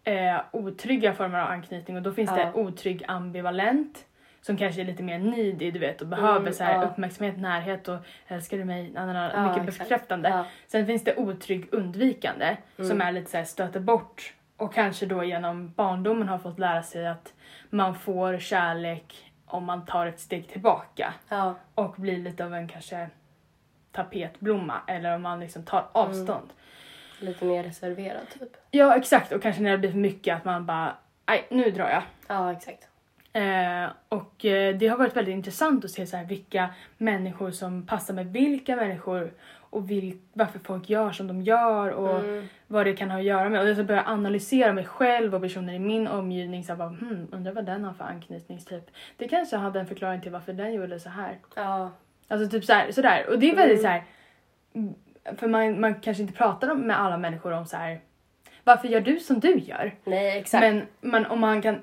Speaker 3: eh, otrygga former av anknytning och då finns
Speaker 2: Ja.
Speaker 3: det otrygg ambivalent som kanske är lite mer needy du vet och behöver
Speaker 2: Mm,
Speaker 3: så här,
Speaker 2: ja.
Speaker 3: uppmärksamhet, närhet och älskar du mig? Na, na, na,
Speaker 2: Ja,
Speaker 3: mycket
Speaker 2: exakt.
Speaker 3: bekräftande.
Speaker 2: Ja.
Speaker 3: Sen finns det otrygg undvikande som är lite så här stöter bort och kanske då genom barndomen har fått lära sig att man får kärlek om man tar ett steg tillbaka
Speaker 2: Ja,
Speaker 3: och blir lite av en kanske tapetblomma eller om man liksom tar avstånd.
Speaker 2: lite mer reserverad typ.
Speaker 3: Ja exakt och kanske när det blir för mycket att man bara, nej nu drar jag.
Speaker 2: Ja, exakt.
Speaker 3: Eh, och eh, det har varit väldigt intressant att se så här, vilka människor som passar med vilka människor och vil- varför folk gör som de gör och
Speaker 2: Mm.
Speaker 3: vad det kan ha att göra med. Och jag så börjar analysera mig själv och personer i min omgivning. Så här, bara, hmm, undrar vad den har för anknytningstyp. Det kanske hade en förklaring till varför den gjorde så här.
Speaker 2: Ja,
Speaker 3: Alltså typ så här, sådär. Och det är väldigt så här. mm, För man, man kanske inte pratar om, med alla människor om så här. Varför gör du som du gör?
Speaker 2: nej exakt.
Speaker 3: Men, men om man kan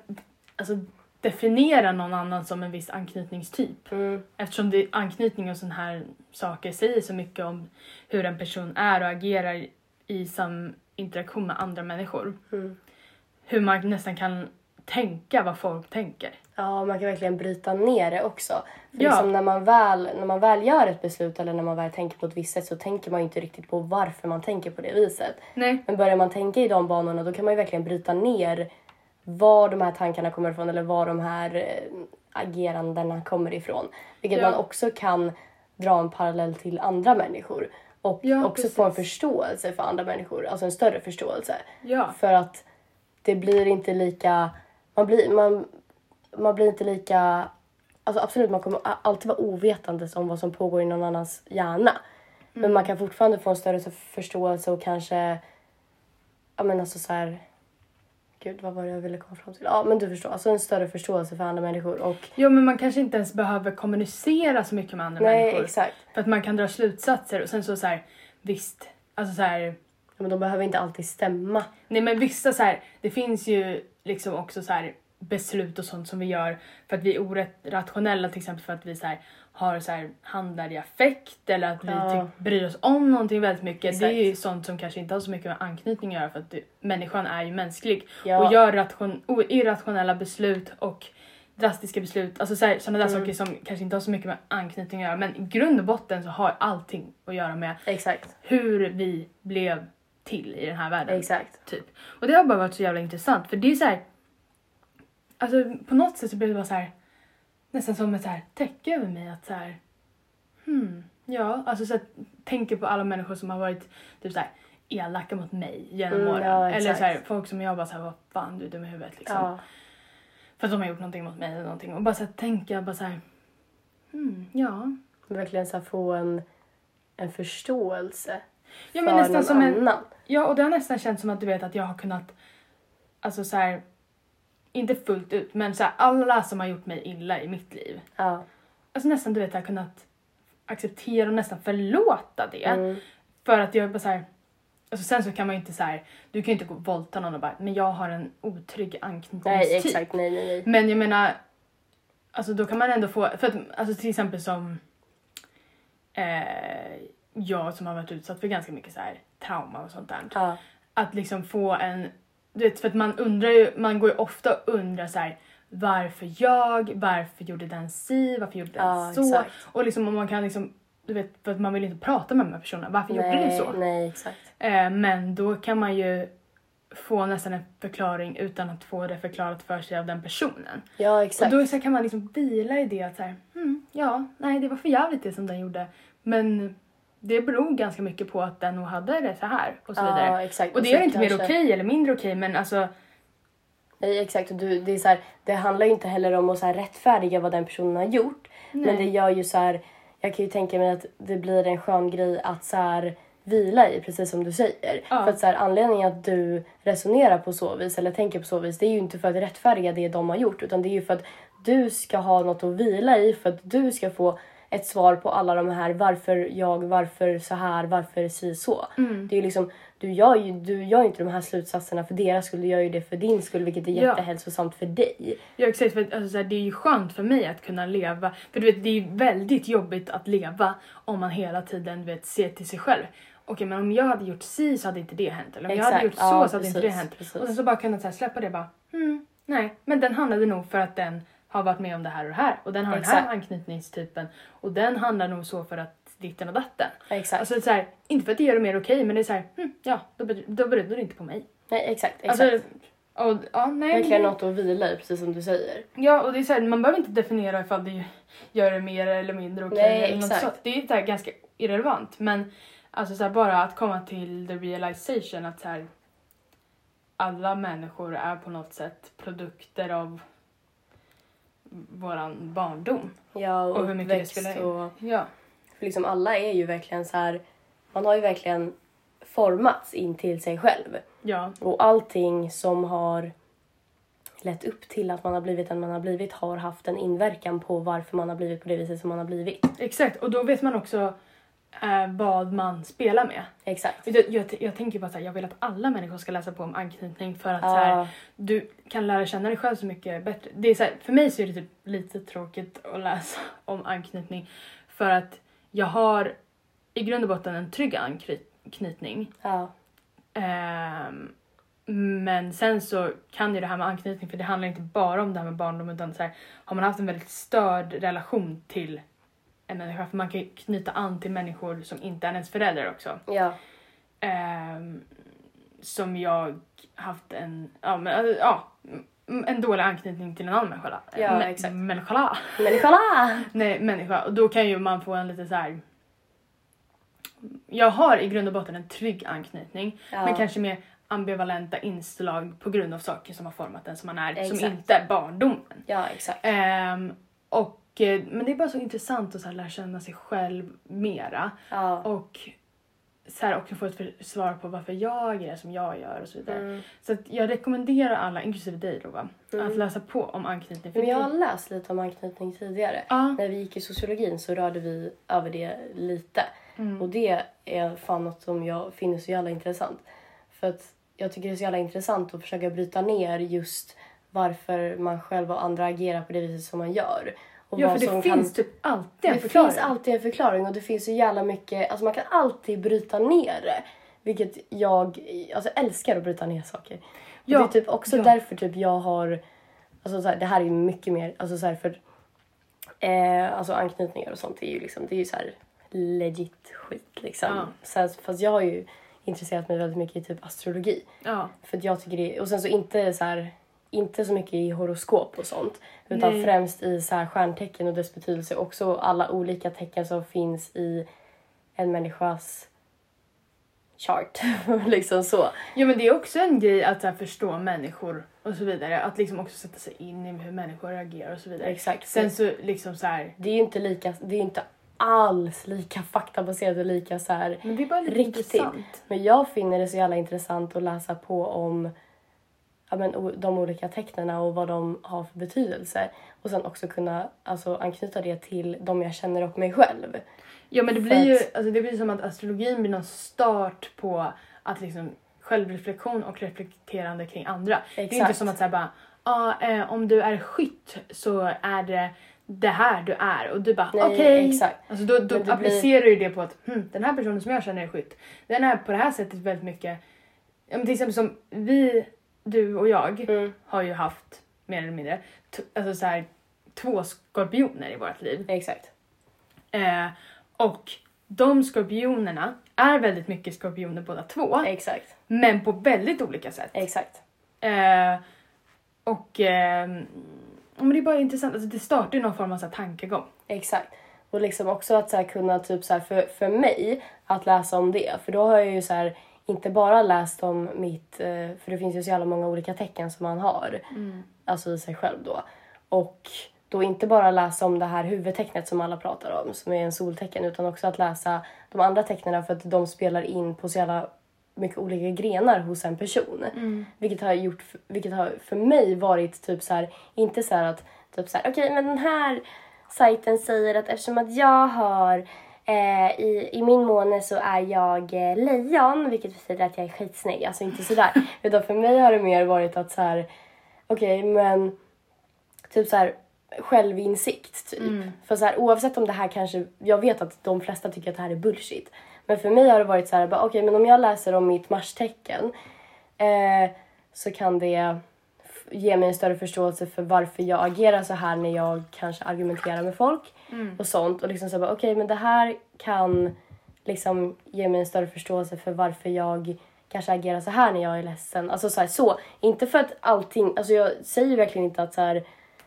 Speaker 3: alltså, definiera någon annan som en viss anknytningstyp.
Speaker 2: Mm,
Speaker 3: Eftersom det, anknytning och sådana här saker säger så mycket om hur en person är och agerar i sam interaktion med andra människor.
Speaker 2: Mm.
Speaker 3: Hur man nästan kan tänka vad folk tänker.
Speaker 2: ja, man kan verkligen bryta ner det också. För
Speaker 3: Ja.
Speaker 2: liksom när, man väl, när man väl gör ett beslut eller när man väl tänker på ett visst sätt så tänker man ju inte riktigt på varför man tänker på det viset.
Speaker 3: Nej.
Speaker 2: Men börjar man tänka i de banorna då kan man ju verkligen bryta ner var de här tankarna kommer ifrån eller var de här eh, agerandena kommer ifrån. Vilket
Speaker 3: Ja.
Speaker 2: man också kan dra en parallell till andra människor och
Speaker 3: Ja,
Speaker 2: också få en
Speaker 3: precis.
Speaker 2: förståelse för andra människor, alltså en större förståelse.
Speaker 3: Ja.
Speaker 2: För att det blir inte lika, man blir, man, man blir inte lika, alltså absolut man kommer a- alltid vara ovetandes om vad som pågår i någon annans hjärna. Men man kan fortfarande få en större så- förståelse och kanske, ja men alltså så här, gud vad var det jag ville komma fram till? Ja men du förstår, alltså en större förståelse för andra människor och
Speaker 3: Jo men man kanske inte ens behöver kommunicera så mycket med andra
Speaker 2: nej
Speaker 3: människor.
Speaker 2: exakt.
Speaker 3: För att man kan dra slutsatser och sen så, så här, visst, alltså så här,
Speaker 2: Ja, men de behöver inte alltid stämma.
Speaker 3: nej men vissa så här, det finns ju liksom också så här beslut och sånt som vi gör för att vi är orationella till exempel för att vi så här, har så här, handlar i affekt eller att vi
Speaker 2: Ja.
Speaker 3: typ bryr oss om någonting väldigt mycket.
Speaker 2: Exakt.
Speaker 3: Det är ju sånt som kanske inte har så mycket med anknytning att göra för att det, människan är ju mänsklig
Speaker 2: Ja.
Speaker 3: och gör ration, o, irrationella beslut och drastiska beslut, alltså sådana
Speaker 2: Mm.
Speaker 3: där saker som kanske inte har så mycket med anknytning att göra men i grund och botten så har allting att göra med
Speaker 2: Exakt,
Speaker 3: hur vi blev till i den här världen.
Speaker 2: exakt.
Speaker 3: Typ. Och det har bara varit så jävla intressant för det är så här. Alltså på något sätt så blir det bara så här. Nästan som ett så här täcke över mig att så här. Hmm, ja, alltså så att tänker på alla människor som har varit typ så här elaka mot mig genom
Speaker 2: Mm,
Speaker 3: åren.
Speaker 2: ja,
Speaker 3: Eller
Speaker 2: exakt.
Speaker 3: så här, folk som jag bara så här, vad fan du är dum i huvudet liksom.
Speaker 2: Ja.
Speaker 3: För att de har gjort någonting mot mig eller någonting. Och bara så här tänka bara så här. Hmm, ja.
Speaker 2: Verkligen så här, få en, en förståelse
Speaker 3: Ja
Speaker 2: för
Speaker 3: men nästan
Speaker 2: någon
Speaker 3: som en,
Speaker 2: annan.
Speaker 3: Ja, och det har nästan känts som att du vet att jag har kunnat, alltså så här, inte fullt ut, men så här, alla som har gjort mig illa i mitt liv,
Speaker 2: Ja.
Speaker 3: alltså nästan du vet jag har kunnat acceptera och nästan förlåta det.
Speaker 2: Mm.
Speaker 3: För att jag bara så här, alltså sen så kan man ju inte så här, du kan ju inte gå och våldta någon och bara, men jag har en otrygg
Speaker 2: Nej,
Speaker 3: anknytningstyp.
Speaker 2: exakt. Nej, nej, nej.
Speaker 3: Men jag menar, alltså då kan man ändå få, för att, alltså till exempel som eh, jag som har varit utsatt för ganska mycket så här trauma och sånt där
Speaker 2: Ja,
Speaker 3: att liksom få en... Du vet, för att man undrar ju, man går ju ofta och undrar så här varför jag, varför gjorde den si, varför gjorde den
Speaker 2: Ja,
Speaker 3: så?
Speaker 2: exakt.
Speaker 3: Och liksom om man kan liksom, du vet, för att man vill inte prata med de här personerna, varför gjorde du
Speaker 2: nej,
Speaker 3: så?
Speaker 2: nej, exakt.
Speaker 3: Eh, men då kan man ju få nästan en förklaring utan att få det förklarat för sig av den personen.
Speaker 2: Ja, exakt.
Speaker 3: Och då så här kan man liksom vila i det att så här, hmm, ja, nej det var för jävligt det som den gjorde. Men det beror ganska mycket på att den nog hade det så här och så
Speaker 2: Ja,
Speaker 3: vidare.
Speaker 2: exakt.
Speaker 3: Och det
Speaker 2: Och
Speaker 3: gör
Speaker 2: så
Speaker 3: inte mer
Speaker 2: kanske-
Speaker 3: okej eller mindre okej men alltså
Speaker 2: Nej, exakt. Och du, det, är så här, det handlar ju inte heller om att så här rättfärdiga vad den personen har gjort. Men det gör ju så här, jag kan ju tänka mig att det blir en skön grej att så här, vila i precis som du säger.
Speaker 3: Ja.
Speaker 2: För att så här, anledningen att du resonerar på så vis eller tänker på så vis det är ju inte för att rättfärdiga det de har gjort utan det är ju för att du ska ha något att vila i för att du ska få ett svar på alla de här varför jag, varför så här, varför si så.
Speaker 3: Mm.
Speaker 2: Det är ju liksom, du gör ju du gör ju inte de här slutsatserna för deras skull, du gör ju det för din skull vilket är
Speaker 3: Ja.
Speaker 2: jättehälsosamt för dig.
Speaker 3: Ja exakt, för att, alltså, så här, det är ju skönt för mig att kunna leva. För du vet, det är ju väldigt jobbigt att leva om man hela tiden du vet, ser till sig själv. Okej men om jag hade gjort si så hade inte det hänt. Eller om jag hade
Speaker 2: Exakt,
Speaker 3: gjort så
Speaker 2: ja,
Speaker 3: så hade inte det
Speaker 2: precis,
Speaker 3: hänt.
Speaker 2: precis.
Speaker 3: Och sen så bara kunna så här, släppa det bara. Mm, nej, men den handlade nog för att den har varit med om det här och det här. Och den har den
Speaker 2: Exakt.
Speaker 3: här anknytningstypen. Och den handlar nog så för att ditten och datten.
Speaker 2: Exakt.
Speaker 3: Alltså så här, inte för att det gör det mer okej men det är så här, hm, ja då, ber- då beror det inte på mig.
Speaker 2: Nej exakt, exakt.
Speaker 3: Alltså, och, ja, nej, men
Speaker 2: Verkligen
Speaker 3: det-
Speaker 2: något att vila i precis som du säger.
Speaker 3: Ja, och det är så här, man behöver inte definiera ifall det gör det mer eller mindre okej.
Speaker 2: Nej,
Speaker 3: eller något
Speaker 2: exakt.
Speaker 3: sånt. Det är så här ganska irrelevant. Men alltså så här, bara att komma till the realization att så här, alla människor är på något sätt produkter av våran barndom.
Speaker 2: Ja, och,
Speaker 3: Och hur mycket det
Speaker 2: uppväxt
Speaker 3: spelar in.
Speaker 2: och...
Speaker 3: Ja.
Speaker 2: För liksom alla är ju verkligen så här, man har ju verkligen formats in till sig själv.
Speaker 3: Ja.
Speaker 2: Och allting som har lett upp till att man har blivit den man har blivit har haft en inverkan på varför man har blivit på det viset som man har blivit.
Speaker 3: Exakt, och då vet man också eh, vad man spelar med.
Speaker 2: Exakt.
Speaker 3: Jag, jag, jag tänker bara så här, jag vill att alla människor ska läsa på om anknytning för att
Speaker 2: Ja.
Speaker 3: så här, du kan lära känna dig själv så mycket bättre. Det är så här, för mig så är det typ lite tråkigt att läsa <laughs> om anknytning för att jag har i grund och botten en trygg anknytning.
Speaker 2: Ja,
Speaker 3: Ehm, men sen så kan ju det här med anknytning, för det handlar inte bara om det här med barndom utan så här, har man haft en väldigt störd relation till en människa, för man kan ju knyta an till människor som inte är ens föräldrar också
Speaker 2: ja,
Speaker 3: ehm, som jag haft en, ja, men, alltså, ja, m- en dålig anknytning till en annan människa.
Speaker 2: Ja,
Speaker 3: Mä-
Speaker 2: exakt.
Speaker 3: Människa. <laughs>
Speaker 2: men kolla!
Speaker 3: Nej, människa. Och då kan ju man få en lite så här. Jag har i grund och botten en trygg anknytning,
Speaker 2: Ja.
Speaker 3: men kanske med ambivalenta inslag på grund av saker som har format den som man är, som
Speaker 2: Exakt.
Speaker 3: inte är barndomen.
Speaker 2: Ja, exakt.
Speaker 3: Ehm, och, eh, men det är bara så intressant att så här lära känna sig själv mera.
Speaker 2: Ja,
Speaker 3: Och så här också få ett för- svar på varför jag är som jag gör och så vidare.
Speaker 2: Mm.
Speaker 3: Så att jag rekommenderar alla, inklusive dig Rova, att läsa på om anknytning.
Speaker 2: men jag har
Speaker 3: det-
Speaker 2: läst lite om anknytning tidigare.
Speaker 3: Ja.
Speaker 2: När vi gick i sociologin så rörde vi över det lite.
Speaker 3: Mm.
Speaker 2: Och det är fan något som jag finner så jävla intressant. För att jag tycker det är så jävla intressant att försöka bryta ner just varför man själv och andra agerar på det viset som man gör. Och
Speaker 3: ja,
Speaker 2: vad
Speaker 3: för det
Speaker 2: som
Speaker 3: finns
Speaker 2: kan...
Speaker 3: typ alltid en
Speaker 2: Det
Speaker 3: förklaring.
Speaker 2: finns alltid en förklaring och det finns så jävla mycket, alltså man kan alltid bryta ner det. Vilket jag alltså älskar att bryta ner saker. Och
Speaker 3: Ja,
Speaker 2: det är typ också
Speaker 3: ja.
Speaker 2: därför typ jag har, alltså så här, det här är ju mycket mer, alltså så här för eh, alltså anknytningar och sånt är ju liksom, det är ju så här legit skit liksom.
Speaker 3: Ja.
Speaker 2: Sen, fast jag har ju intresserat mig väldigt mycket i typ astrologi.
Speaker 3: Ja.
Speaker 2: För att jag tycker det, och sen så inte så här, inte så mycket i horoskop och sånt. Utan
Speaker 3: Nej.
Speaker 2: främst i så här stjärntecken och dess betydelse. Också alla olika tecken som finns i en människas chart. <laughs> liksom så.
Speaker 3: ja, men det är också en grej att så här, förstå människor och så vidare. Att liksom också sätta sig in i hur människor reagerar och så vidare.
Speaker 2: Exakt.
Speaker 3: Sen så liksom så här.
Speaker 2: Det är ju inte lika, det är ju inte alls lika faktabaserat och lika så här
Speaker 3: Men det är bara lite
Speaker 2: riktigt.
Speaker 3: intressant.
Speaker 2: Men jag finner det så jävla intressant att läsa på om ja, men, o- de olika tecknena och vad de har för betydelse. Och sen också kunna alltså, anknyta det till de jag känner och mig själv.
Speaker 3: Ja men det
Speaker 2: För
Speaker 3: blir
Speaker 2: att-
Speaker 3: ju alltså det blir som att astrologin blir någon start på att liksom självreflektion och reflekterande kring andra. Det är ju inte
Speaker 2: Exakt.
Speaker 3: som att säga bara ah, eh, om du är skytt så är det det här du är och du bara
Speaker 2: Nej,
Speaker 3: okej.
Speaker 2: exakt.
Speaker 3: Alltså då,
Speaker 2: Men
Speaker 3: då
Speaker 2: det
Speaker 3: applicerar du det på att hm, den här personen som jag känner är skytt. Den är på det här sättet väldigt mycket. Ja, men till exempel som vi, du och jag
Speaker 2: Mm.
Speaker 3: har ju haft mer eller mindre t- alltså så här, två skorpioner i vårt liv.
Speaker 2: Exakt.
Speaker 3: Eh, och de skorpionerna är väldigt mycket skorpioner båda två,
Speaker 2: Exakt.
Speaker 3: men på väldigt olika sätt.
Speaker 2: Exakt.
Speaker 3: Eh, och eh, men det är bara intressant, alltså, det startar ju någon form av så här, tankegång.
Speaker 2: Exakt. Och liksom också att så här kunna typ så här för, för mig att läsa om det. För då har jag ju så här inte bara läst om mitt, eh, för det finns ju så jävla många olika tecken som man har. Alltså i sig själv då. Och då inte bara läsa om det här huvudtecknet som alla pratar om, som är en soltecken, utan också att läsa de andra tecknen för att de spelar in på så jävla mycket olika grenar hos en person. Vilket, har gjort, vilket har för mig varit typ så här, inte så här att typ så här, okej men den här sajten säger att eftersom att jag har eh, i, i min måne så är jag eh, lejon, vilket betyder att jag är skitsnygg. Alltså inte sådär. Utan för mig har det mer varit att så här, okej men typ så här självinsikt typ. För så här, oavsett om det här kanske, jag vet att de flesta tycker att det här är bullshit. Men för mig har det varit så här, bara, okej men om jag läser om mitt marstecken eh, så kan det f- ge mig en större förståelse för varför jag agerar så här när jag kanske argumenterar med folk och sånt. Och liksom så här, bara, okej men det här kan liksom ge mig en större förståelse för varför jag kanske agerar så här när jag är ledsen. Alltså så, här, så. inte för att allting, alltså jag säger verkligen inte att så här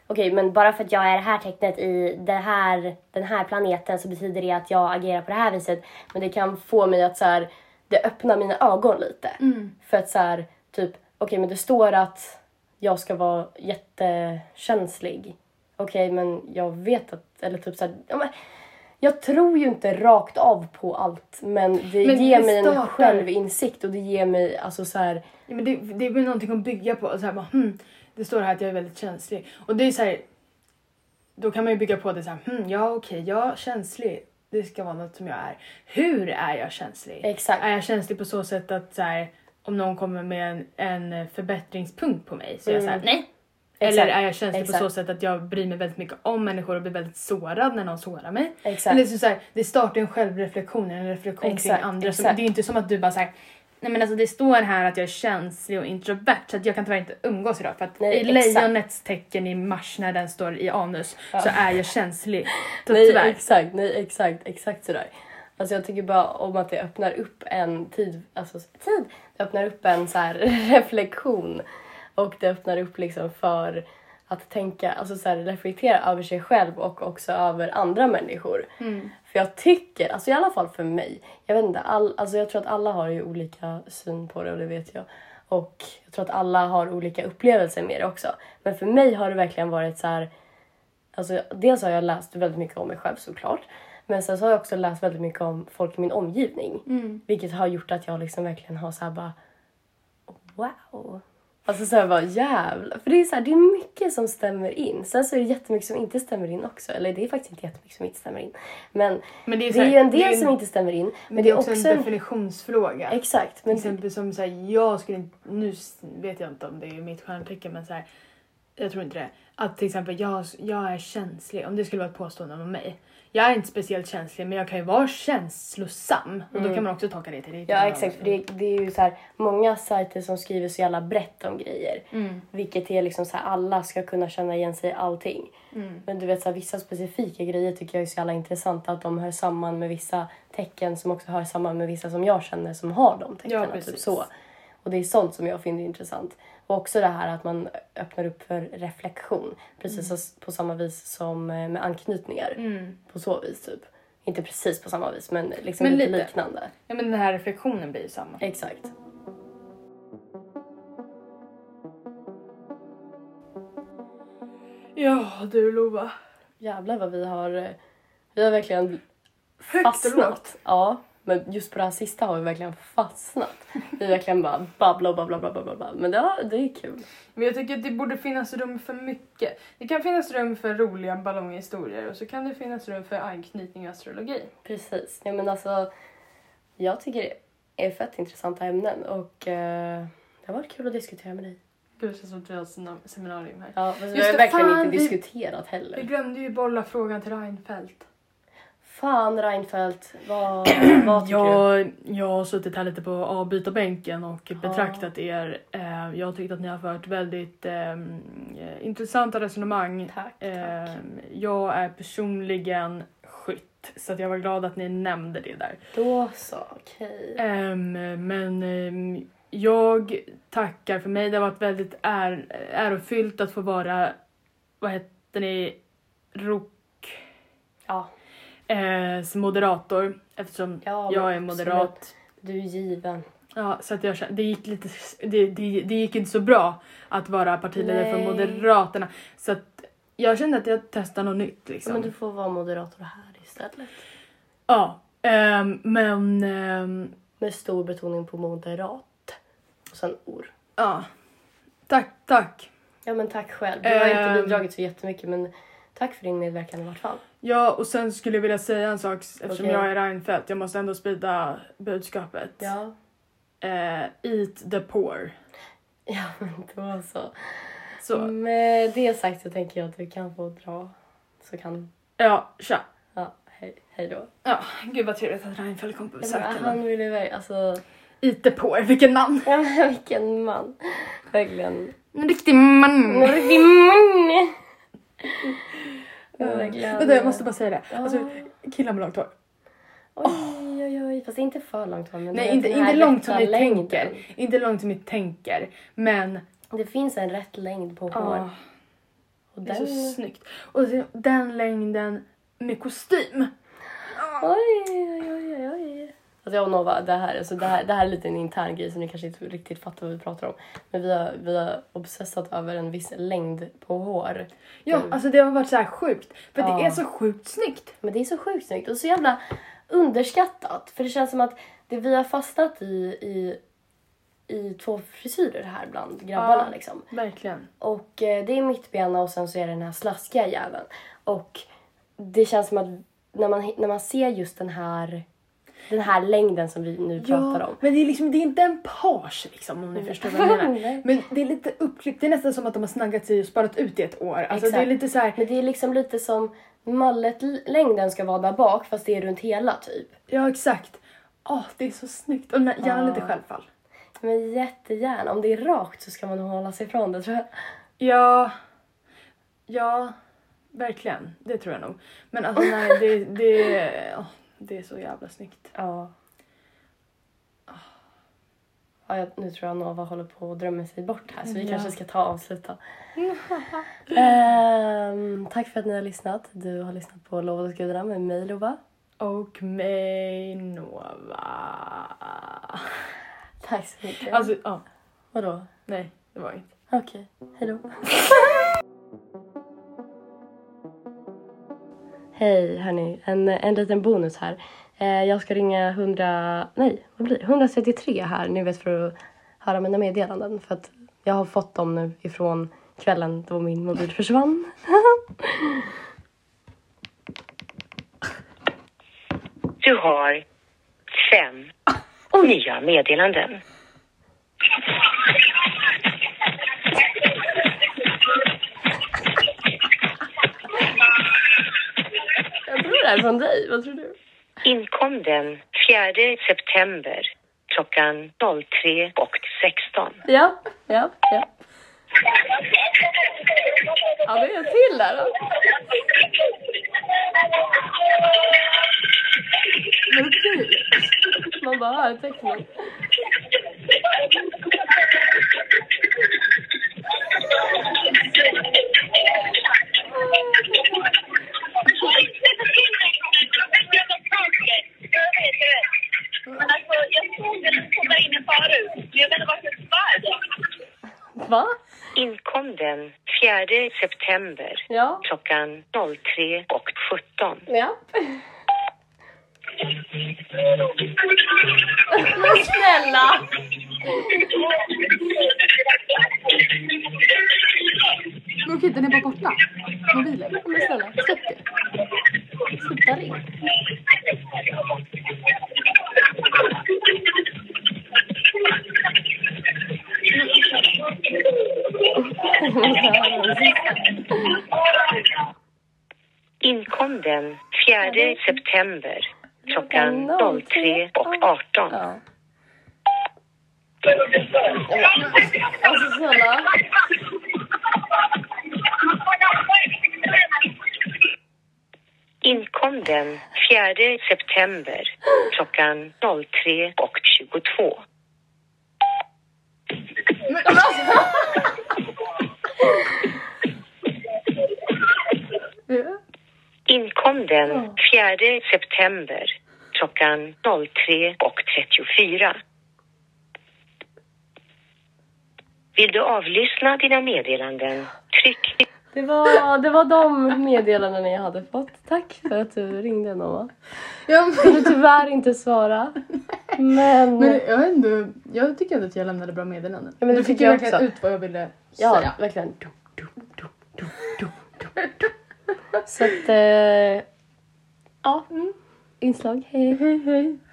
Speaker 2: Okej, men bara för att jag är det här tecknet i det här, den här planeten så betyder det att jag agerar på det här viset. Men det kan få mig att så här, det öppnar mina ögon lite.
Speaker 3: Mm.
Speaker 2: För att så här, typ, okej men det står att jag ska vara jättekänslig. Okej, men jag vet att, eller typ så här, ja, men, jag tror ju inte rakt av på allt men det
Speaker 3: Men
Speaker 2: ger
Speaker 3: det
Speaker 2: mig en
Speaker 3: startar.
Speaker 2: självinsikt och det ger mig alltså så här,
Speaker 3: Ja, men det, det är väl någonting att bygga på. Så här, bara, hmm, det står här att jag är väldigt känslig. Och det är så här, då kan man ju bygga på det så här, hmm, ja okej, jag är känslig. Det ska vara något som jag är. Hur är jag känslig?
Speaker 2: Exakt.
Speaker 3: Är jag känslig på så sätt att så här, om någon kommer med en, en förbättringspunkt på mig så är jag så här, nej. Eller
Speaker 2: Mm. Exakt.
Speaker 3: är jag känslig
Speaker 2: Exakt.
Speaker 3: på så sätt att jag bryr mig väldigt mycket om människor och blir väldigt sårad när någon sårar mig?
Speaker 2: Exakt.
Speaker 3: Eller så så här, det startar ju en självreflektion, en reflektion
Speaker 2: Exakt,
Speaker 3: kring andra. Så det
Speaker 2: exakt.
Speaker 3: är ju inte som att du bara såhär, nej men alltså det står här att jag är känslig och introvert så att jag kan tyvärr inte umgås idag för att
Speaker 2: Nej,
Speaker 3: i
Speaker 2: exakt.
Speaker 3: lejonets tecken i mars när den står i anus så är
Speaker 2: <laughs>
Speaker 3: jag känslig. Så
Speaker 2: Nej
Speaker 3: tyvärr.
Speaker 2: exakt, nej exakt, exakt sådär. Alltså jag tycker bara om att det öppnar upp en tid, alltså tid, det öppnar upp en så här <laughs> reflektion och det öppnar upp liksom för att tänka, alltså så här, reflektera över sig själv och också över andra människor. För jag tycker, alltså i alla fall för mig, jag vet inte, all, alltså jag tror att alla har ju olika syn på det och det vet jag. Och jag tror att alla har olika upplevelser med det också. Men för mig har det verkligen varit så här, Alltså, dels har jag läst väldigt mycket om mig själv såklart. Men sen så har jag också läst väldigt mycket om folk i min omgivning.
Speaker 3: Mm.
Speaker 2: Vilket har gjort att jag liksom verkligen har såhär bara wow. Alltså såhär bara jävlar. För det är såhär, det är mycket som stämmer in. Sen så är det jättemycket som inte stämmer in också. Eller det är faktiskt inte jättemycket som inte stämmer in. Men,
Speaker 3: Men det är
Speaker 2: det
Speaker 3: ju
Speaker 2: är,
Speaker 3: så här-
Speaker 2: ju en del
Speaker 3: det är ju en-
Speaker 2: som inte stämmer in. Men,
Speaker 3: Men
Speaker 2: det är också,
Speaker 3: en
Speaker 2: en...
Speaker 3: definitionsfråga.
Speaker 2: Exakt.
Speaker 3: Till
Speaker 2: Men,
Speaker 3: exempel som så här, jag skulle inte- nu s- vet jag inte om det är mitt stjärntecken men så här, jag tror inte det. Att till exempel jag, jag är känslig, om det skulle vara ett påstående om mig. Jag är inte speciellt känslig men jag kan ju vara känslosam och då kan man också tolka det till det.
Speaker 2: Mm. Ja exakt, för det,
Speaker 3: liksom.
Speaker 2: det är ju så här, många sajter som skriver så jävla brett om grejer.
Speaker 3: Mm.
Speaker 2: Vilket är liksom så här, alla ska kunna känna igen sig i allting.
Speaker 3: Mm.
Speaker 2: Men du vet så här, vissa specifika grejer tycker jag är så jävla intressanta att de hör samman med vissa tecken som också hör samman med vissa som jag känner som har de tecknen. typ
Speaker 3: precis.
Speaker 2: så. Och det är sånt som jag finner intressant. Och också det här att man öppnar upp för reflektion.
Speaker 3: Mm.
Speaker 2: Precis så- på samma vis som eh, med anknytningar. På så vis typ. Inte precis på samma vis men liksom
Speaker 3: Men
Speaker 2: lite
Speaker 3: lite.
Speaker 2: liknande.
Speaker 3: Ja men den här reflektionen blir ju samma.
Speaker 2: Exakt.
Speaker 3: Ja du Lova.
Speaker 2: Jävlar vad vi har... eh, Vi har verkligen
Speaker 3: Högt och lågt.
Speaker 2: fastnat. Ja, men just på det här sista har vi verkligen fastnat. Vi har verkligen bara babbla och babbla babbla babbla. Men det, har- det är kul.
Speaker 3: Men jag tycker att det borde finnas rum för mycket. Det kan finnas rum för roliga ballonghistorier och så kan det finnas rum för anknytning och astrologi.
Speaker 2: Precis. Ja, men alltså, jag tycker det är fett intressanta ämnen och eh, det har varit kul att diskutera med dig.
Speaker 3: Gud det känns som att vi har ett seminarium här.
Speaker 2: Ja, fast vi
Speaker 3: Just
Speaker 2: har ju
Speaker 3: det,
Speaker 2: verkligen
Speaker 3: fan,
Speaker 2: inte
Speaker 3: vi-
Speaker 2: diskuterat heller.
Speaker 3: Vi glömde ju bolla frågan till Reinfeldt.
Speaker 2: Fan Reinfeldt,
Speaker 3: <clears throat>
Speaker 2: vad, vad tycker du?
Speaker 3: Jag, jag har suttit här lite på avbytarbänken och betraktat er. Eh, Jag tyckte att ni har fört väldigt ehm, eh, intressanta resonemang.
Speaker 2: Tack, tack.
Speaker 3: Ehm, jag är personligen skytt så att jag var glad att ni nämnde det där.
Speaker 2: Då så, okej.
Speaker 3: Ehm, men ehm, jag tackar för mig. Det har varit väldigt är, ärofyllt att få vara, vad heter ni, ROKs
Speaker 2: Ja,
Speaker 3: eh, moderator eftersom
Speaker 2: Ja, men
Speaker 3: jag är moderat.
Speaker 2: absolut. du är given.
Speaker 3: Ja, så att jag kände, det gick lite, det, det, det gick inte så bra att vara partiledare för
Speaker 2: Nej.
Speaker 3: Moderaterna. Så att jag kände att jag testade något nytt liksom.
Speaker 2: Men du får vara moderator här istället.
Speaker 3: Ja, ehm, men ehm,
Speaker 2: Med stor betoning på moderat. Och sen or.
Speaker 3: ja. Tack, tack.
Speaker 2: Ja men tack själv. Du har inte
Speaker 3: Ehm.
Speaker 2: bidragit så jättemycket men tack för din medverkan i vart fall.
Speaker 3: Ja, och sen skulle jag vilja säga en sak eftersom
Speaker 2: Okej.
Speaker 3: jag är Reinfeldt. Jag måste ändå sprida budskapet.
Speaker 2: Ja.
Speaker 3: Eh, eat the poor.
Speaker 2: Ja <laughs> men då så.
Speaker 3: Så,
Speaker 2: Med det sagt så tänker jag att du kan få dra. Så kan,
Speaker 3: ja, tja.
Speaker 2: ja hej, hej då.
Speaker 3: Ja, gud vad trevligt att Reinfeldt kom på
Speaker 2: Jag bara,
Speaker 3: besök.
Speaker 2: han ville verkligen, alltså.
Speaker 3: Eat the poor, vilken man.
Speaker 2: Ja, men <laughs> vilken man. Verkligen.
Speaker 3: En riktig man.
Speaker 2: En riktig man. Verkligen.
Speaker 3: Vänta, jag måste bara säga det. Alltså, killar med långt hår.
Speaker 2: Oj, oj, oj. Fast inte för långt hår. men du
Speaker 3: Nej,
Speaker 2: vet,
Speaker 3: inte,
Speaker 2: den här
Speaker 3: inte långt som
Speaker 2: rätta
Speaker 3: ni
Speaker 2: längden.
Speaker 3: tänker. Inte långt som ni tänker. Men
Speaker 2: Det finns en rätt längd på hår.
Speaker 3: ja,
Speaker 2: och
Speaker 3: det är
Speaker 2: den...
Speaker 3: så snyggt. Och sen, den längden med kostym.
Speaker 2: Oj, oj, oj, oj, oj. Alltså jag och Nova, det här, alltså det här, det här är lite en intern grej som ni kanske inte riktigt fattar vad vi pratar om. Men vi har, vi har obsessat över en viss längd på hår.
Speaker 3: Ja, alltså det har varit så här sjukt. För det
Speaker 2: Ja.
Speaker 3: är så sjukt snyggt.
Speaker 2: Men det är så sjukt snyggt och så jävla underskattat. För det känns som att det vi har fastnat i, i, i två frisyrer här bland grabbarna
Speaker 3: Ja.
Speaker 2: liksom.
Speaker 3: Verkligen.
Speaker 2: Och eh, det är mittbena och sen så är det den här slaskiga jäveln. Och det känns som att när man, när man ser just den här, den här längden som vi nu pratar om. Mm.
Speaker 3: men det är liksom det är inte en page liksom om ni förstår vad
Speaker 2: <laughs>
Speaker 3: jag
Speaker 2: Nej.
Speaker 3: menar. Men det är lite uppklippt. Det är nästan som att de har snaggat sig och sparat ut det ett år. Alltså det är
Speaker 2: Exakt.
Speaker 3: lite så här.
Speaker 2: Men det är liksom lite som mallet-längden ska vara där bak fast det är runt hela typ.
Speaker 3: Ja, exakt. Åh, det är så snyggt. Och den- gärna
Speaker 2: Ja.
Speaker 3: lite självfall.
Speaker 2: Men jättegärna, om det är rakt så ska man hålla sig ifrån det tror jag.
Speaker 3: Ja. Ja. Verkligen. Det tror jag nog. Men alltså nej, det, det, åh, det är så jävla snyggt.
Speaker 2: Ja. Ah. ja jag, nu tror jag Nova håller på att drömma sig bort här så vi kanske ska ta och avsluta. Ehm, tack för att ni har lyssnat. Du har lyssnat på Lov åt gudarna med mig Lova.
Speaker 3: Och mig Nova.
Speaker 2: Tack så mycket.
Speaker 3: Alltså, ja.
Speaker 2: Vadå?
Speaker 3: Nej, det var inget.
Speaker 2: Okej, hejdå. Hej hörni, en, en liten bonus här. Eh, jag ska ringa 100, nej vad blir det? 133 här, ni vet för att höra mina meddelanden. För att jag har fått dem nu ifrån kvällen då min mobil försvann.
Speaker 1: Du har fem nya meddelanden.
Speaker 2: Jag tror det är från dig, vad tror du?
Speaker 1: Inkom den 4 september klockan 03 och 16.
Speaker 2: Ja, ja, ja. Ja, det är en till där då. Men kul. Man bara hör tecknen.
Speaker 5: Alltså, jag såg den komma in förut, men jag vet inte varför jag svär.
Speaker 2: Va?
Speaker 1: Inkom den 4 september
Speaker 2: Ja,
Speaker 1: klockan 03 och 17.
Speaker 2: ja. Men snälla!
Speaker 6: Men okej, den är bara borta. Mobilen.
Speaker 2: Men snälla, släpp det. Sluta ring.
Speaker 1: Inkom den 4 september klockan 03 och 18.
Speaker 2: Ja. Alltså snälla.
Speaker 1: Inkom den 4 september klockan 03 och 22. Inkom den 4 september klockan 03 och 34. Vill du avlyssna dina meddelanden? Tryck
Speaker 2: Det var, det var de meddelandena jag hade fått. Tack för att du ringde Noah.
Speaker 3: Ja, men-
Speaker 2: Jag kunde tyvärr inte svara. Men,
Speaker 3: Men jag, har ändå, jag tycker ändå att jag lämnade bra meddelanden.
Speaker 2: men det
Speaker 3: du fick
Speaker 2: tycker
Speaker 3: ju
Speaker 2: jag
Speaker 3: verkligen
Speaker 2: också.
Speaker 3: ut vad jag ville
Speaker 2: ja,
Speaker 3: säga.
Speaker 2: verkligen. Dum, dum, dum, dum, dum, dum, dum. Så att, eh, ja. Inslag, hej hej.
Speaker 3: Hej hej.